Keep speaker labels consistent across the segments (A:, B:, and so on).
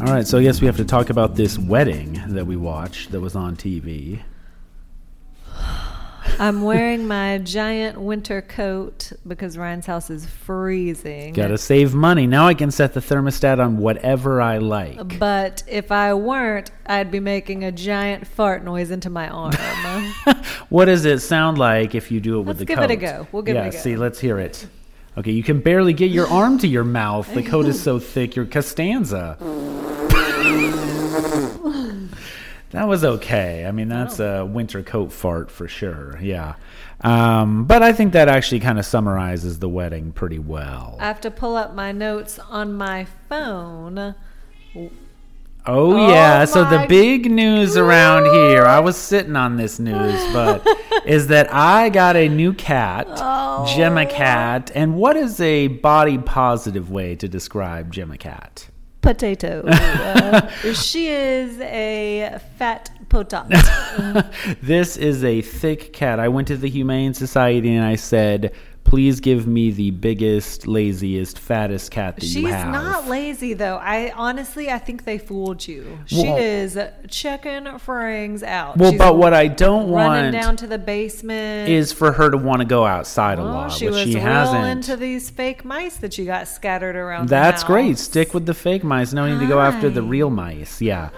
A: All right, so I guess we have to talk about this wedding that we watched that was on TV.
B: I'm wearing my giant winter coat because Ryan's house is freezing.
A: Got to save money. Now I can set the thermostat on whatever I like.
B: But if I weren't, I'd be making a giant fart noise into my arm.
A: What does it sound like if you do it with
B: Let's
A: the
B: give
A: coat?
B: it a go. We'll give it
A: yeah,
B: a go.
A: see, let's hear it. Okay, you can barely get your arm to your mouth. The coat is so thick. You're Costanza. that was okay. I mean, that's
B: Oh.
A: a winter coat fart for sure. Yeah. Um, but I think that actually kind of summarizes the wedding pretty well.
B: I have to pull up my notes on my phone.
A: Oh,
B: Oh
A: yeah, so the
B: my
A: big news around here, I was sitting on this news, but is that I got a new cat, Gemma
B: Oh.
A: Cat, and what is a body positive way to describe Gemma Cat?
B: Potato. Uh, she is a fat potato.
A: this is a thick cat. I went to the Humane Society and I said, "Please give me the biggest, laziest, fattest cat that
B: She's
A: you have."
B: not lazy though. I honestly, I think they fooled you. She
A: Well-
B: is checking frings out.
A: well,
B: She's
A: but what I don't want
B: running down to the basement.
A: is for her to want to go outside a
B: Well,
A: lot,
B: Oh, she
A: which
B: was
A: she
B: real
A: hasn't.
B: into these fake mice that you got scattered around. the
A: That's
B: house.
A: great. Stick with the fake mice. No need to go after the real mice. Yeah.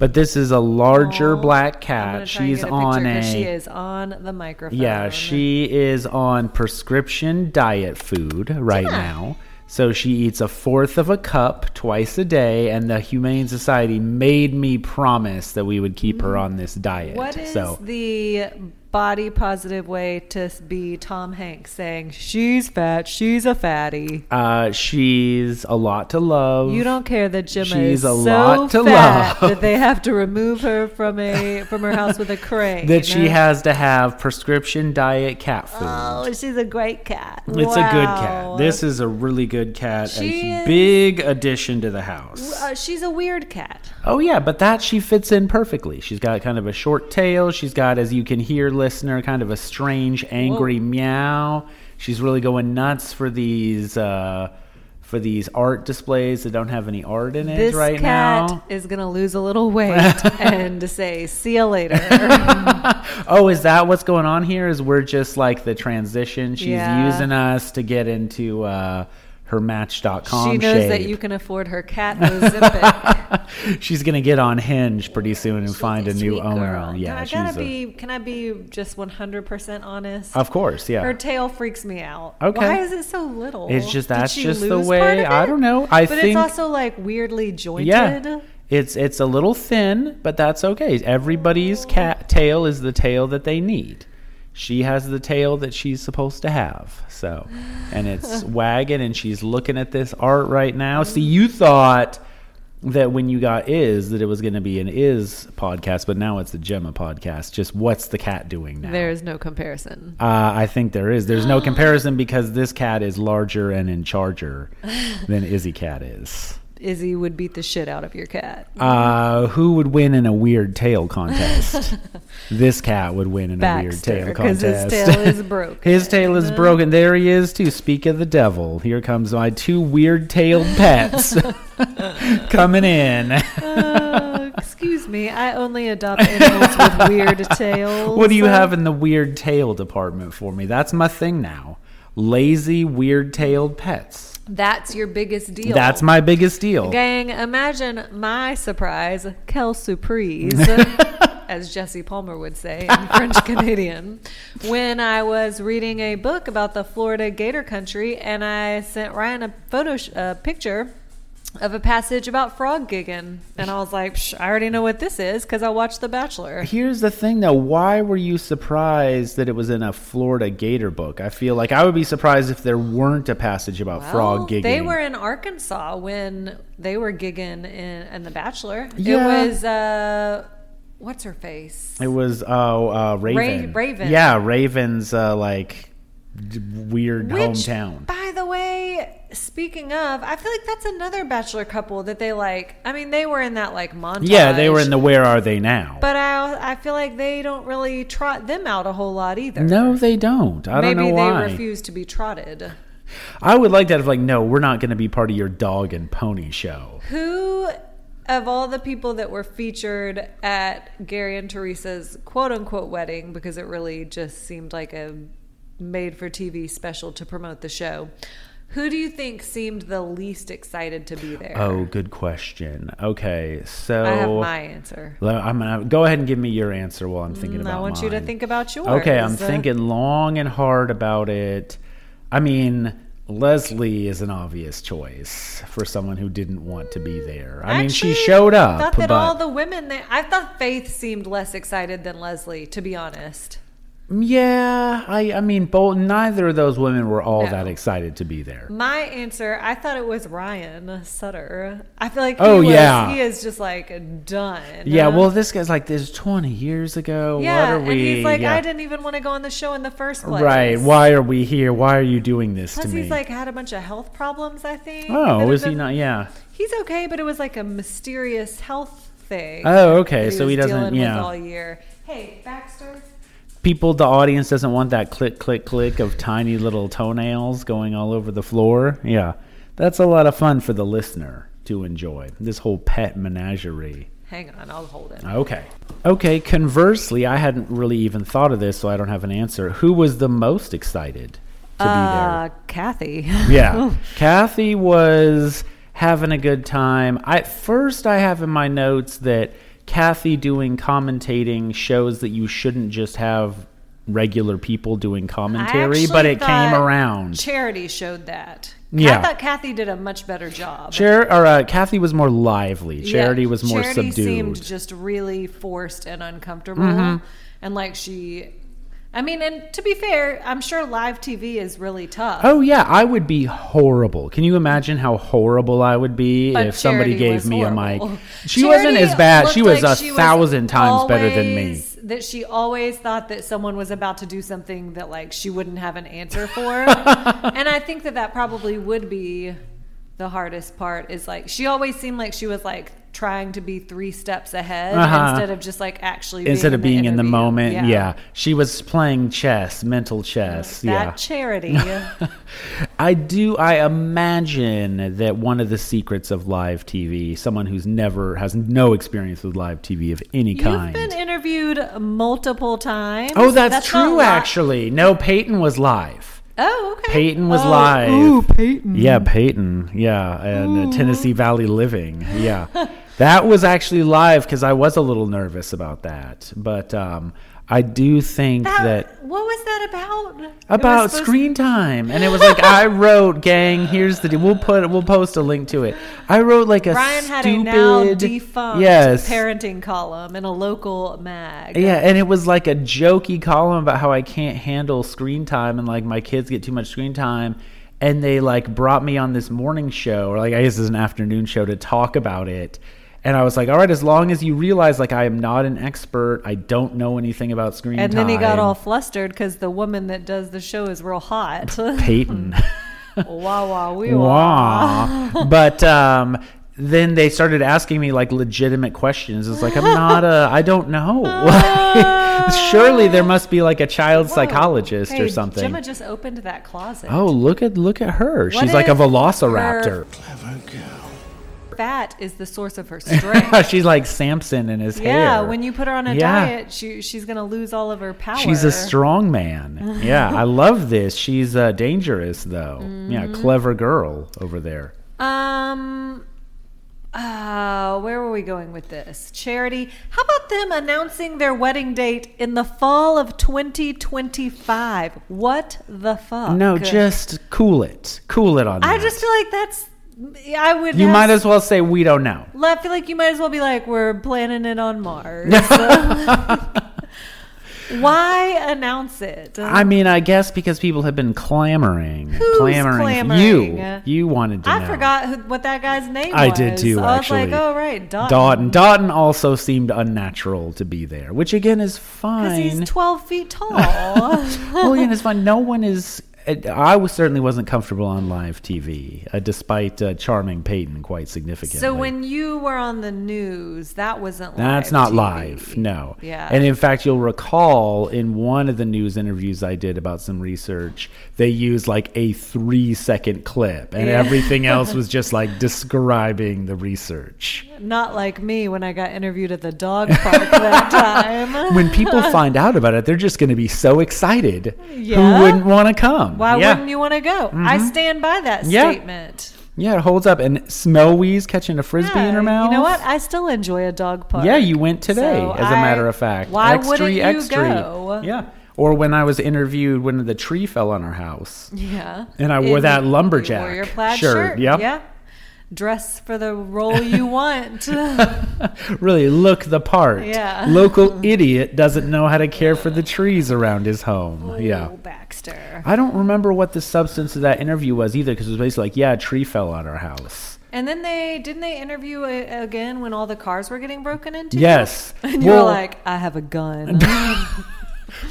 A: But this is a larger
B: Oh,
A: black
B: I'm
A: cat.
B: gonna try and
A: She's
B: get a
A: on
B: picture
A: a
B: 'cause She is on the microphone.
A: Yeah, she is on prescription diet food right now. So she eats a fourth of a cup twice a day and the Humane Society made me promise that we would keep her on this diet.
B: Mm. What is
A: so
B: the body positive way to be Tom Hanks saying she's fat, she's a fatty.
A: uh, she's a lot to love.
B: You don't care that Gemma
A: She's
B: is
A: a
B: so
A: lot to
B: fat
A: love.
B: that they have to remove her from a from her house with a crane.
A: that she has to have prescription diet cat food.
B: Oh, she's a great cat.
A: It's a good cat.
B: Wow.
A: This is a really good cat.
B: She
A: a
B: is-
A: big addition to the house.
B: Uh, she's a weird cat.
A: Oh yeah, but that she fits in perfectly. She's got kind of a short tail. She's got, as you can hear, listener, kind of a strange, angry meow. She's really going nuts for these uh, for these art displays that don't have any art in it
B: This
A: right
B: cat
A: now.
B: is gonna lose a little weight and say, "See you later."
A: oh, is that what's going on here? Is we're just like the transition? She's
B: Yeah.
A: using us to get into uh, her Match.com.
B: she knows that
A: shape.
B: you can afford her cat Ozempic.
A: she's gonna get on Hinge pretty soon and find a new
B: Sweet
A: owner.
B: girl.
A: Yeah,
B: can I,
A: she's
B: gotta
A: a-
B: be, can I be just 100% honest?
A: of course. Yeah,
B: Her tail freaks me out.
A: Okay.
B: Why is it so little?
A: it's just
B: Did
A: that's
B: she
A: just the
B: lose part
A: way.
B: of
A: I
B: it?
A: don't know. I
B: but
A: think
B: it's also like weirdly jointed.
A: yeah. It's it's a little thin, but that's okay. Everybody's cat tail is the tail that they need. She has the tail that she's supposed to have. So, and it's wagging, and she's looking at this art right now. See, you thought that when you got is that it was going to be an is podcast, but now it's a Gemma podcast. Just what's the cat doing now?
B: There is no comparison.
A: Uh, I think there is. There's no comparison because this cat is larger and in charger than Izzy Cat is.
B: Izzy would beat the shit out of your cat.
A: Uh, who would win in a weird tail contest? this cat would win in
B: Baxter,
A: a weird tail
B: 'cause
A: contest.
B: his tail is broken.
A: His tail is broken. There he is, too. Speak of the devil. Here comes my two weird tailed pets coming in.
B: Uh, excuse me, I only adopt animals with weird tails.
A: What do you have in the weird tail department for me? That's my thing now. Lazy, weird tailed pets.
B: That's your biggest deal.
A: That's my biggest deal.
B: Gang, imagine my surprise, Kel Surprise, as Jesse Palmer would say in French Canadian, when I was reading a book about the Florida Gator Country and I sent Ryan a photo sh- a picture of a passage about frog gigging. And I was like, Psh, I already know what this is because I watched The Bachelor.
A: Here's the thing, though. Why were you surprised that it was in a Florida Gator book? I feel like I would be surprised if there weren't a passage about
B: Well,
A: frog gigging.
B: Oh, They were in Arkansas when they were gigging in, in The Bachelor.
A: Yeah.
B: It was, uh, what's her face?
A: It was oh uh, Raven.
B: Raven.
A: Yeah, Raven's uh, like d- weird
B: Which,
A: hometown.
B: By the way, speaking of, I feel like that's another bachelor couple that they like. I mean, they were in that like montage.
A: Yeah, they were in the Where Are They Now?
B: But I, I feel like they don't really trot them out a whole lot either.
A: no, they don't. I
B: Maybe
A: don't know
B: they
A: why.
B: refuse to be trotted.
A: I would like that if like no, we're not going to be part of your dog and pony show.
B: Who of all the people that were featured at Gary and Teresa's quote unquote wedding, because it really just seemed like a made for TV special to promote the show, who do you think seemed the least excited to be there?
A: Oh, good question. Okay, so
B: I have my answer.
A: Le- I'm gonna go ahead and give me your answer while I'm thinking
B: Mm,
A: about.
B: I want you to
A: mine.
B: think about yours.
A: Okay, I'm
B: Uh,
A: thinking long and hard about it. I mean, Leslie is an obvious choice for someone who didn't want to be there. I mean, she
B: Actually,
A: showed up,
B: I thought that
A: but
B: all the women there, I thought Faith seemed less excited than Leslie, to be honest.
A: yeah, I, I mean, both neither of those women were all
B: No.
A: that excited to be there.
B: My answer, I thought it was Ryan Sutter. I feel like he
A: Oh,
B: was,
A: yeah.
B: he is just like done.
A: Yeah, well, this guy's like this is 20 years ago. what
B: yeah,
A: are we?
B: and he's like,
A: yeah.
B: I didn't even want to go on the show in the first place.
A: Right? Why are we here? Why are you doing this
B: Plus,
A: to me?
B: he's like had a bunch of health problems. I think. that
A: oh,
B: have
A: is he
B: been-
A: not? Yeah.
B: He's okay, but it was like a mysterious health thing.
A: Oh, okay.
B: that
A: so he
B: was
A: doesn't.
B: dealing with
A: Yeah.
B: all year. Hey, Baxter.
A: people the audience doesn't want that click click click of tiny little toenails going all over the floor yeah that's a lot of fun for the listener to enjoy this whole pet menagerie
B: Hang on, I'll hold it.
A: okay okay conversely i hadn't really even thought of this so i don't have an answer who was the most excited to
B: Uh, Kathy.
A: be there
B: Oh.
A: yeah kathy was having a good time i at first i have in my notes that kathy doing commentating shows that you shouldn't just have regular people doing commentary but
B: actually
A: it came
B: thought
A: around
B: Charity showed that.
A: Yeah.
B: I thought Kathy did a much better job.
A: Char- or, uh, Kathy was more lively. Charity
B: Yeah,
A: was more
B: Charity
A: subdued. Mm-hmm.
B: seemed just really forced and uncomfortable, and like she. I mean, and to be fair, I'm sure live TV is really tough.
A: oh yeah, I would be horrible. Can you imagine how horrible I would be
B: but
A: if somebody
B: Charity
A: gave
B: was
A: me
B: horrible.
A: a mic? She
B: Charity
A: wasn't as bad. She
B: looked
A: was
B: like
A: a thousand times better than me.
B: always- That she always thought that someone was about to do something that like she wouldn't have an answer for, and I think that that probably would be the hardest part. Is like she always seemed like she was like trying to be three steps ahead
A: Uh-huh.
B: instead of just like actually
A: Instead of being in the
B: interview.
A: moment, yeah. she was playing chess, mental chess.
B: That
A: yeah,
B: charity.
A: I do. I imagine that one of the secrets of live TV, someone who's never has no experience with live TV of any
B: You've
A: kind.
B: been interviewed multiple times.
A: oh, that's, true.
B: not li-
A: actually, no, Peyton was live.
B: Oh, okay.
A: Peyton was
B: Oh,
A: live.
B: Ooh, Peyton.
A: Yeah, Peyton. Yeah, and uh, Tennessee Valley Living. Yeah, that was actually live because I was a little nervous about that, but um, I do think
B: That-
A: that
B: what was that about? It was
A: about
B: supposed-
A: screen time and it was like i wrote gang here's the deal we'll put we'll post a link to it i wrote like a
B: Brian had
A: stupid
B: a now defunct
A: yes
B: parenting column in a local mag.
A: yeah and it was like a jokey column about how i can't handle screen time and like my kids get too much screen time and they like brought me on this morning show or like i guess it's an afternoon show to talk about it and I was like, all right, as long as you realize, like, I am not an expert. I don't know anything about screen
B: And
A: time.
B: then he got all flustered because the woman that does the show is real hot. wah
A: Peyton.
B: wah wee wah.
A: Wah. but um, then they started asking me like legitimate questions. It's like I'm not a, I don't know. Like, Surely there must be like a child psychologist
B: Hey,
A: or something.
B: Gemma just opened that closet.
A: oh, look at look at her.
B: What
A: She's like a
B: if her-
A: velociraptor.
B: Fat is the source of her strength.
A: She's like Samson in his hair.
B: yeah, when you put her on a
A: Yeah.
B: diet, she, she's going to lose all of her power.
A: She's a strong man. Yeah, I love this. She's uh, dangerous though. Yeah,
B: Mm-hmm.
A: clever girl over there.
B: Um, uh, where were we going with this? Charity. How about them announcing their wedding date in the fall of 2025? What the fuck?
A: No, just cool it. Cool it on
B: I
A: that.
B: just feel like that's. I would.
A: you
B: have-
A: might as well say we don't know.
B: I feel like you might as well be like, we're planning it on Mars. Why announce it?
A: I mean, I guess because people have been clamoring,
B: Who's
A: clamoring.
B: clamoring?
A: You, you wanted to.
B: I
A: know.
B: forgot who, what that guy's name
A: I
B: was.
A: did too,
B: I was
A: actually.
B: like, oh, right, Dalton.
A: Dawton. Dawton also seemed unnatural to be there, which again is
B: Because
A: fine.
B: he's 12 feet tall.
A: well, again, it's fine. No one is it, I was certainly wasn't comfortable on live TV, uh, despite uh, charming Peyton quite significantly.
B: So when you were on the news, that wasn't live.
A: That's not
B: TV.
A: live, no.
B: Yeah.
A: And in fact, you'll recall in one of the news interviews I did about some research, they used like a three second clip, and
B: Yeah.
A: everything else was just like describing the research.
B: Not like me when I got interviewed at the dog park that time.
A: When people find out about it, they're just going to be so excited.
B: Yeah?
A: Who wouldn't want to come?
B: Why
A: yeah. Mm-hmm.
B: wouldn't you want to go? I stand by that
A: Yeah.
B: statement.
A: Yeah, it holds up. And Snowy's catching a frisbee in her
B: Yeah,
A: mouth.
B: You know what? I still enjoy a dog park.
A: Yeah, you went today,
B: So
A: as a
B: I-
A: matter of fact.
B: Why
A: Extree,
B: wouldn't you
A: extree.
B: go?
A: Yeah. Or when I was interviewed when the tree fell on our house.
B: Yeah.
A: And I wore
B: And
A: that
B: you
A: lumberjack
B: wore your plaid
A: shirt,
B: shirt.
A: yep.
B: Yeah. Dress for the role you want.
A: really look the part.
B: Yeah.
A: Local idiot doesn't know how to care for the trees around his home. Yeah.
B: Oh, Baxter.
A: I don't remember what the substance of that interview was either because it was basically like, yeah, a tree fell on our house.
B: And then they didn't they interview a, again when all the cars were getting broken into.
A: Yes.
B: And you
A: Well-
B: were like, I have a gun.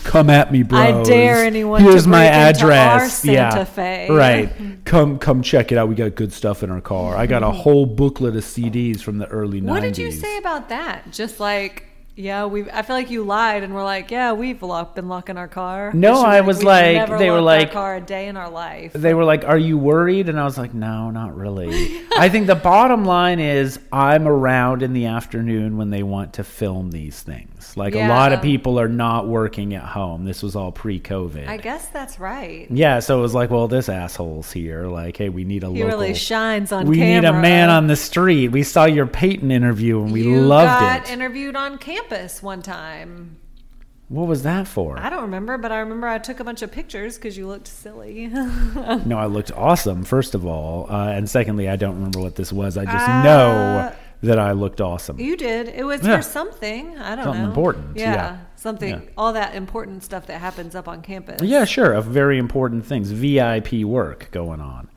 A: Come at me, bros.
B: I dare anyone to
A: Here's my
B: break into our
A: address.
B: Santa
A: yeah,
B: Fe.
A: right. Come, come check it out. We got good stuff in our car. I got a whole booklet of CDs from the early 90s.
B: Mm-hmm. what did you say about that? Just like. Yeah, we. I feel like you lied, and we're like, yeah, we've locked, been locking our car.
A: No,
B: And she
A: I was
B: "We've
A: like-
B: never
A: they were
B: locked
A: like-
B: our car a day in our life.
A: They were like, "Are you worried?" And I was like, "No, not really." I think the bottom line is I'm around in the afternoon when they want to film these things. Like a lot of
B: Yeah.
A: people are not working at home. This was all pre-COVID.
B: I guess that's right.
A: yeah, so it was like, "Well, this asshole's here." Like, "Hey, we need a
B: He
A: local
B: really shines on
A: we
B: camera.
A: need a man on the street. We saw your Peyton interview and we
B: you
A: loved
B: got
A: it.
B: interviewed on campus one time.
A: what was that for?
B: I don't remember, but I remember I took a bunch of pictures because you looked silly.
A: no, I looked awesome, first of all. Uh, and secondly, I don't remember what this was. I just
B: Uh,
A: know that I looked awesome.
B: you did. It was
A: Yeah.
B: for something. I don't
A: Something
B: know.
A: important,
B: Yeah.
A: yeah.
B: Something.
A: Yeah.
B: All that important stuff that happens up on campus.
A: Yeah, sure. Of very important things, VIP work going on.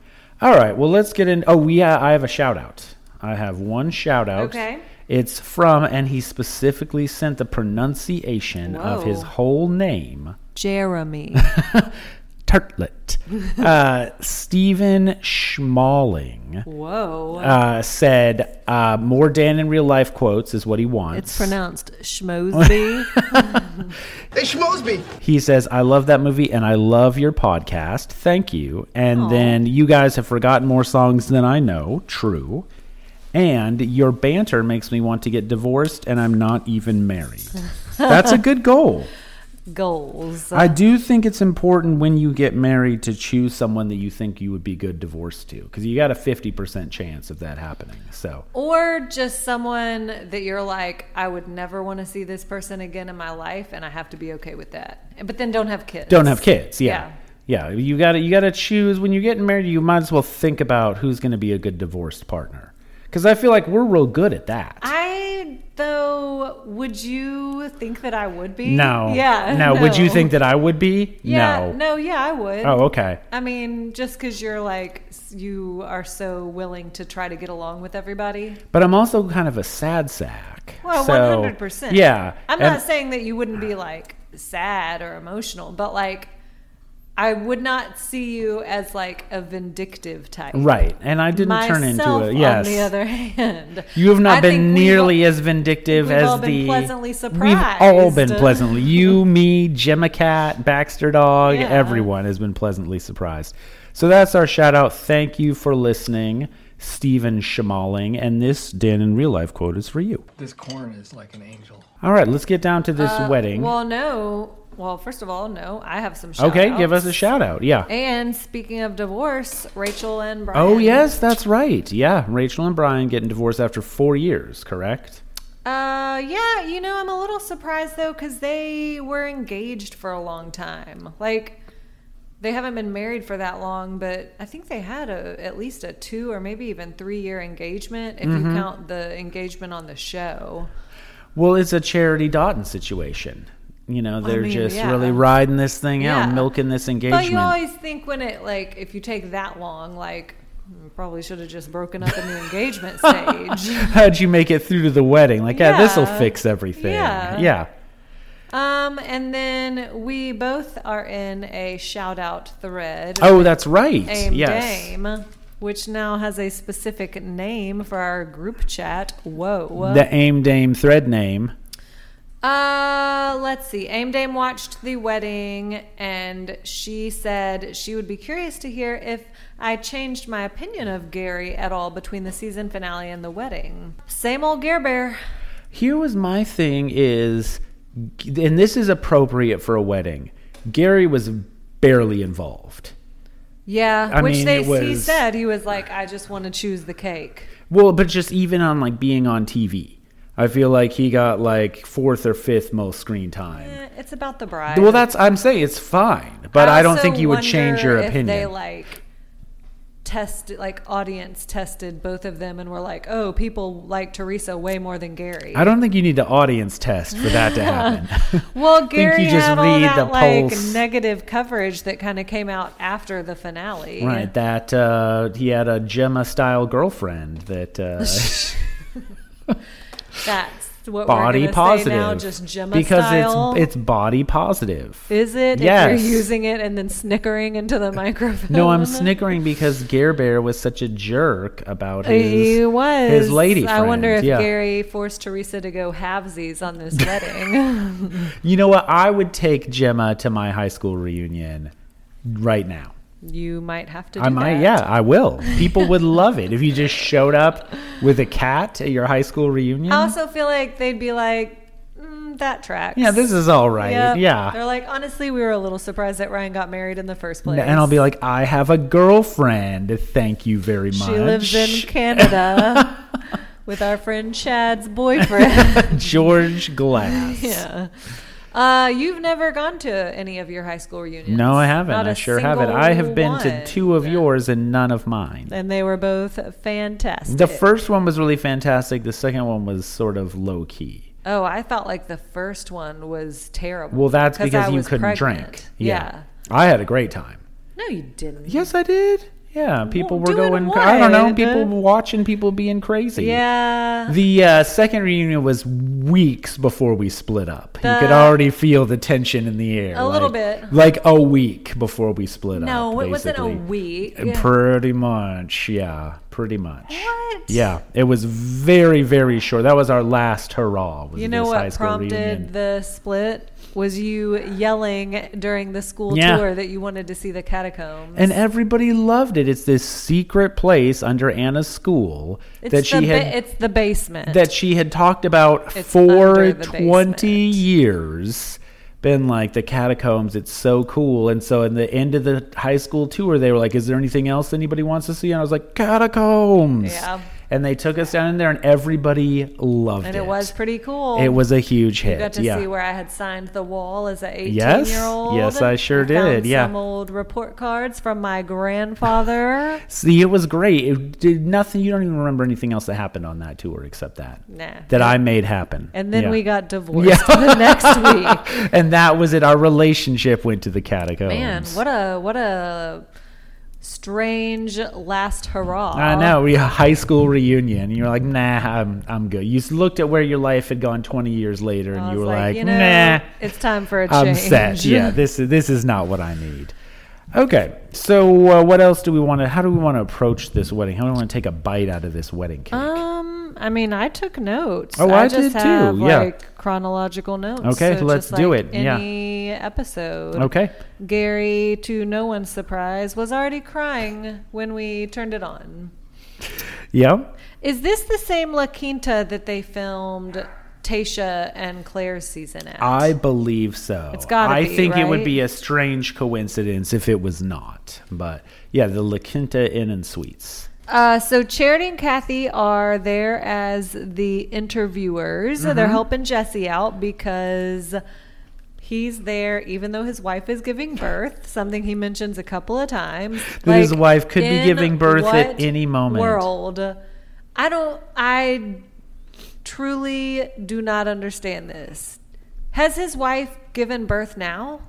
A: All right. Well, let's get in. Oh, we. Uh, I have a shout out. I have one shout out.
B: Okay.
A: It's from, and he specifically sent the pronunciation of his
B: Whoa.
A: whole name.
B: Jeremy.
A: Turtlet. uh, Stephen Schmalling
B: Whoa.
A: uh, said, uh, "More Dan in real life quotes is what he wants."
B: it's pronounced Schmosby.
C: They schmoes me.
A: He says, "I love that movie and I love your podcast. Thank you." And
B: Aw.
A: then you guys have forgotten more songs than I know. True. And your banter makes me want to get divorced, and I'm not even married. That's a good goal.
B: Goals.
A: I do think it's important when you get married to choose someone that you think you would be good divorced to because you got a 50% chance of that happening. So,
B: Or just someone that you're like, I would never want to see this person again in my life, and I have to be okay with that. But then don't have kids.
A: don't have kids. Yeah. Yeah, you got to you got to choose when you're getting married, you might as well think about who's going to be a good divorced partner. Cuz I feel like we're real good at that.
B: I though, would you think that I would be?
A: no.
B: Yeah.
A: No, would you think that I would be?
B: Yeah.
A: no.
B: Yeah, I would.
A: Oh, okay.
B: I mean, just because you're like s- you are so willing to try to get along with everybody.
A: But I'm also kind of a sad sack.
B: Well,
A: so-
B: one hundred percent.
A: Yeah.
B: I'm
A: and-
B: not saying that you wouldn't be like sad or emotional, but like I would not see you as like a vindictive type.
A: Right. And I didn't
B: Myself,
A: turn into a yes.
B: On the other hand,
A: You have not
B: I think
A: been
B: we've-
A: nearly as vindictive
B: we've
A: as
B: all been
A: the.
B: pleasantly
A: We've all been
B: surprised.
A: pleasantly. You, me, Gemma Cat, Baxter Dog,
B: Yeah.
A: everyone has been pleasantly surprised. So that's our shout out. Thank you for listening, Stephen Schmalling. And this Dan in Real Life quote is for you.
C: This corn is like an angel.
A: All right, let's get down to this wedding.
B: Uh, Well, no. Well, first of all, no. I have some. Shout
A: okay, give us a shout out. Yeah.
B: And speaking of divorce, Rachel and Brian.
A: Oh, yes, that's right. Yeah, Rachel and Brian getting divorced after four years, correct?
B: Uh, yeah. You know, I'm a little surprised though because they were engaged for a long time. Like, they haven't been married for that long, but I think they had a at least a two or maybe even three year engagement if
A: Mm-hmm.
B: you count the engagement on the show.
A: Well, it's a Charity Dotton situation. You know, they're
B: mean,
A: just
B: yeah.
A: really riding this thing
B: Yeah.
A: out, milking this engagement.
B: But you always think when it like if you take that long, like you probably should have just broken up in the engagement stage.
A: How'd you make it through to the wedding? Like, yeah, this will
B: Yeah.
A: fix everything. Yeah.
B: Yeah. Um, and then we both are in a shout out thread.
A: Oh, that's right.
B: AIM
A: yes.
B: Dame, which now has a specific name for our group chat. Whoa.
A: The AIM Dame thread name.
B: Uh, let's see. Aim Dame watched the wedding and she said she would be curious to hear if I changed my opinion of Gary at all between the season finale and the wedding. Same old Gare Bear.
A: Here was my thing is, and this is appropriate for a wedding. Gary was barely involved.
B: Yeah,
A: I
B: which
A: mean,
B: they
A: it
B: he
A: was-
B: said he was like, I just want to choose the cake.
A: Well, but just even on like being on TV, I feel like he got like fourth or fifth most screen time.
B: Eh, It's about the bride.
A: Well, that's I'm saying it's fine, but I, don't
B: also
A: think you would change
B: wonder
A: your
B: if
A: opinion.
B: They like tested, like audience tested both of them, and were like, "Oh, people like Teresa way more than Gary."
A: I don't think you need the audience test for that to happen.
B: well,
A: you
B: Gary
A: just
B: had all
A: read
B: that
A: the
B: like
A: pulse.
B: negative coverage that kind of came out after the finale,
A: right, that uh, he had a Gemma style girlfriend that uh,
B: That's what
A: body
B: we're gonna
A: positive
B: Say now just Gemma
A: because
B: style.
A: it's it's body positive.
B: Is it? If
A: Yes.
B: you're using it and then snickering into the microphone.
A: No, I'm snickering because Gare Bear was such a jerk about his
B: He was
A: his lady.
B: I wonder
A: friend.
B: if
A: yeah.
B: Gary forced Teresa to go halvesies on this wedding.
A: You know what? I would take Gemma to my high school reunion right now.
B: you might have to. Do
A: I might, yeah,
B: that.
A: I will. People would love it if you just showed up with a cat at your high school reunion.
B: I also feel like they'd be like, mm, that tracks.
A: yeah, this is all right.
B: Yep.
A: Yeah.
B: They're like, honestly, we were a little surprised that Ryan got married in the first place.
A: And I'll be like, I have a girlfriend. Thank you very much.
B: she lives in Canada with our friend Chad's boyfriend.
A: George Glass.
B: yeah. Uh, you've never gone to any of your high school reunions?
A: No, I haven't.
B: Not
A: I
B: a
A: sure haven't.
B: single
A: I have been to
B: one.
A: two of yours and none of mine.
B: and they were both fantastic.
A: The first one was really fantastic. The second one was sort of low key.
B: Oh, I thought like the first one was terrible.
A: Well, that's because
B: I
A: you
B: was
A: couldn't
B: pregnant.
A: drink.
B: Yeah.
A: I had a great time.
B: No, you didn't.
A: Yes, I did. Yeah, people were
B: doing
A: going. I don't know.
B: what?
A: People watching. People being crazy.
B: Yeah.
A: The uh, second reunion was weeks before we split up. you could
B: The-
A: already feel the tension in the air.
B: A little
A: like-
B: bit.
A: Like a week before we split
B: no,
A: up.
B: it wasn't a
A: basically.
B: week.
A: Pretty much, yeah. Pretty much.
B: What?
A: Yeah, it was very, very short. That was our last hurrah. was
B: You know
A: this high
B: what
A: school
B: prompted
A: reunion.
B: the split was you yelling during the school
A: Yeah.
B: tour that you wanted to see the catacombs.
A: And everybody loved it. It's this secret place under Anna's school
B: it's
A: that
B: the
A: she
B: ba-
A: had
B: it's the basement.
A: that she had talked about
B: It's
A: for
B: under the
A: 20
B: basement.
A: years. Been like the catacombs, it's so cool. And so in the end of the high school tour, they were like, Is there anything else anybody wants to see? And I was like, Catacombs.
B: Yeah.
A: And they took us down in there and everybody loved
B: and
A: it.
B: it was pretty cool.
A: It was a huge hit.
B: You got to
A: yeah.
B: see where I had signed the wall as an 18
A: Yes.
B: year old.
A: Yes, I sure did,
B: Found
A: yeah.
B: Some old report cards from my grandfather.
A: See, it was great. It did nothing. You don't even remember anything else that happened on that tour except that
B: nah.
A: that I made happen.
B: and then
A: Yeah.
B: we got divorced the next week.
A: and that was it. Our relationship went to the catacombs.
B: Man, what a what a strange last hurrah.
A: I know we had a high school reunion. And you're like, nah, I'm I'm good. You s- looked at where your life had gone 20 years later, and
B: I
A: you were
B: was
A: like,
B: you know,
A: nah,
B: it's time for a change.
A: I'm set. Yeah, this is this is not what I need. Okay, so uh, what else do we want to? How do we want to approach this wedding? How do we want to take a bite out of this wedding cake?
B: Um, I mean, I took notes.
A: Oh, I did
B: just
A: too,
B: have,
A: yeah.
B: Like chronological notes.
A: Okay,
B: so
A: let's
B: just
A: do
B: like
A: it, yeah.
B: Any episode.
A: okay.
B: Gary, to no one's surprise, was already crying when we turned it on.
A: Yeah.
B: Is this the same La Quinta that they filmed Tasha and Claire's season at?
A: I believe so. It's
B: gotta
A: I
B: be,
A: think it would
B: right?
A: be a strange coincidence if it was not. But yeah, the La Quinta Inn and Suites.
B: Uh, so Charity and Kathy are there as the interviewers.
A: Mm-hmm.
B: They're helping Jesse out because he's there, even though his wife is giving birth. Something he mentions a couple of times.
A: That his wife could be
B: in
A: giving birth at
B: what
A: any moment.
B: World, I don't. I truly do not understand this. Has his wife given birth now?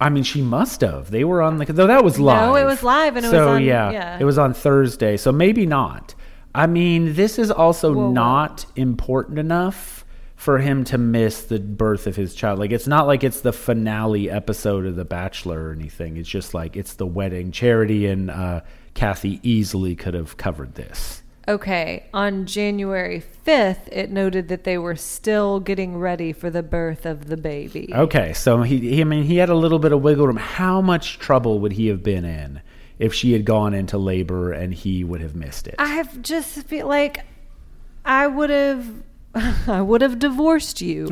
A: I mean, she must have. They were on the though that was live.
B: it was live and it was
A: so,
B: on-
A: yeah,
B: yeah.
A: it was on Thursday. So maybe not. I mean, this is also
B: whoa.
A: not important enough for him to miss the birth of his child. Like it's not like it's the finale episode of The Bachelor or anything. It's just like it's the wedding. Charity and uh, Kathy easily could have covered this.
B: Okay, on January 5th, it noted that they were still getting ready for the birth of the baby.
A: Okay, so he, he I mean he had a little bit of wiggle room. How much trouble would he have been in if she had gone into labor and he would have missed it?
B: I have just feel like I would have I would have divorced you.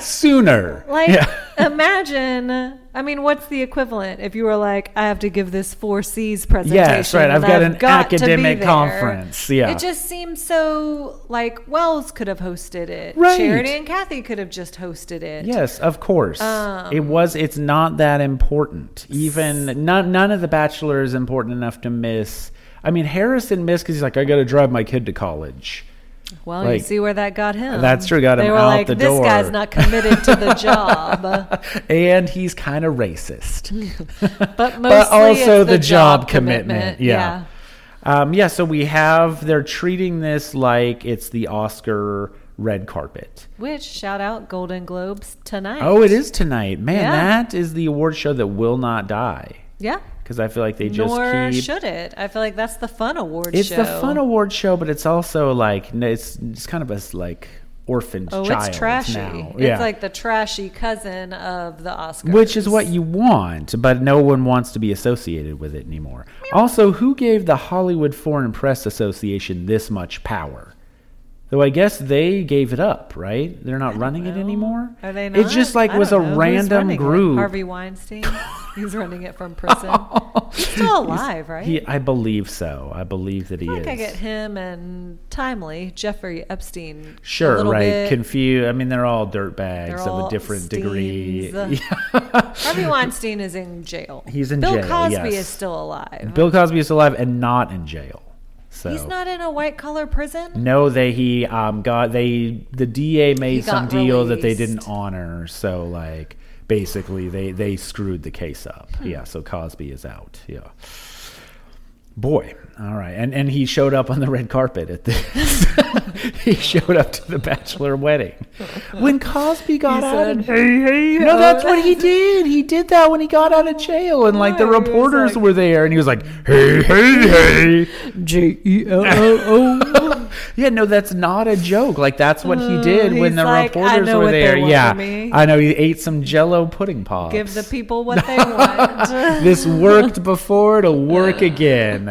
A: Sooner.
B: Like
A: Yeah.
B: imagine I mean what's the equivalent if you were like I have to give this 4 Cs presentation.
A: Yes, right. I've
B: and
A: got an
B: to be
A: academic
B: there."
A: conference. Yeah.
B: It just seems so like Wells could have hosted it.
A: Right.
B: Charity and Kathy could have just hosted it.
A: Yes, of course.
B: Um.
A: it was. It's not that important. Even none, none of the Bachelor is important enough to miss. I mean, Harrison missed because he's like, I got to drive my kid to college.
B: Well,
A: Like,
B: you see where that got him.
A: that's true, got
B: they
A: him
B: were
A: out
B: like,
A: the
B: this
A: door."
B: guy's not committed to the job.
A: and he's kind of racist,
B: But mostly
A: but also
B: it's
A: the, job, commitment. Yeah. Um, yeah. So we have they're treating this like it's the Oscar red carpet.
B: Which shout out Golden Globes tonight.
A: Oh, it is tonight, man.
B: Yeah.
A: That is the award show that will not die
B: Yeah.
A: because I feel like they just
B: Nor
A: keep
B: should it. I feel like that's the fun award
A: It's
B: show.
A: the fun award show, but it's also like n- it's it's kind of a s- like orphaned
B: Oh,
A: child
B: it's trashy.
A: now.
B: It's like the trashy cousin of the Oscars.
A: which is what you want, but no one wants to be associated with it anymore. Also, who gave the Hollywood Foreign Press Association this much power? Though I guess they gave it up, right? They're not running it anymore.
B: Are they not?
A: It's just like
B: I
A: was a
B: don't know. Who's
A: random
B: running it?
A: group.
B: Harvey Weinstein. He's running it from prison. He's still alive, right?
A: He, I believe so. I believe that he
B: I think
A: is.
B: I get him and Timely Jeffrey Epstein. a
A: Sure,
B: little
A: right.
B: bit.
A: Confused. I mean, they're all dirt bags
B: They're
A: of
B: all
A: a different degree.
B: steens. Harvey Weinstein is in jail.
A: He's in
B: Bill
A: jail,
B: Cosby
A: yes.
B: is still alive.
A: Bill Cosby is alive and not in jail. So
B: He's not in a white collar prison.
A: No, they he um got they the DA made some
B: got
A: deal that they didn't
B: released.
A: honor. So like basically they they screwed the case up.
B: Hmm.
A: Yeah, so Cosby is out. Yeah. Boy, all right, and and he showed up on the red carpet at this. he showed up to the bachelor wedding. When Cosby got out,
B: said,
A: of, no, that's what he did. He did that when he got out of jail, and like the
B: Yeah, he was
A: reporters
B: like-
A: were there, and he was like, "Hey, hey, hey!"
B: J E L L O.
A: Yeah, no, that's not a joke. Like that's what he did
B: Uh,
A: when
B: he's
A: the
B: like, "I
A: reporters
B: know
A: were
B: what they
A: there.
B: want
A: yeah,
B: from me."
A: I know he ate some Jello pudding pops.
B: Give the people what they want.
A: this worked before; it'll work again.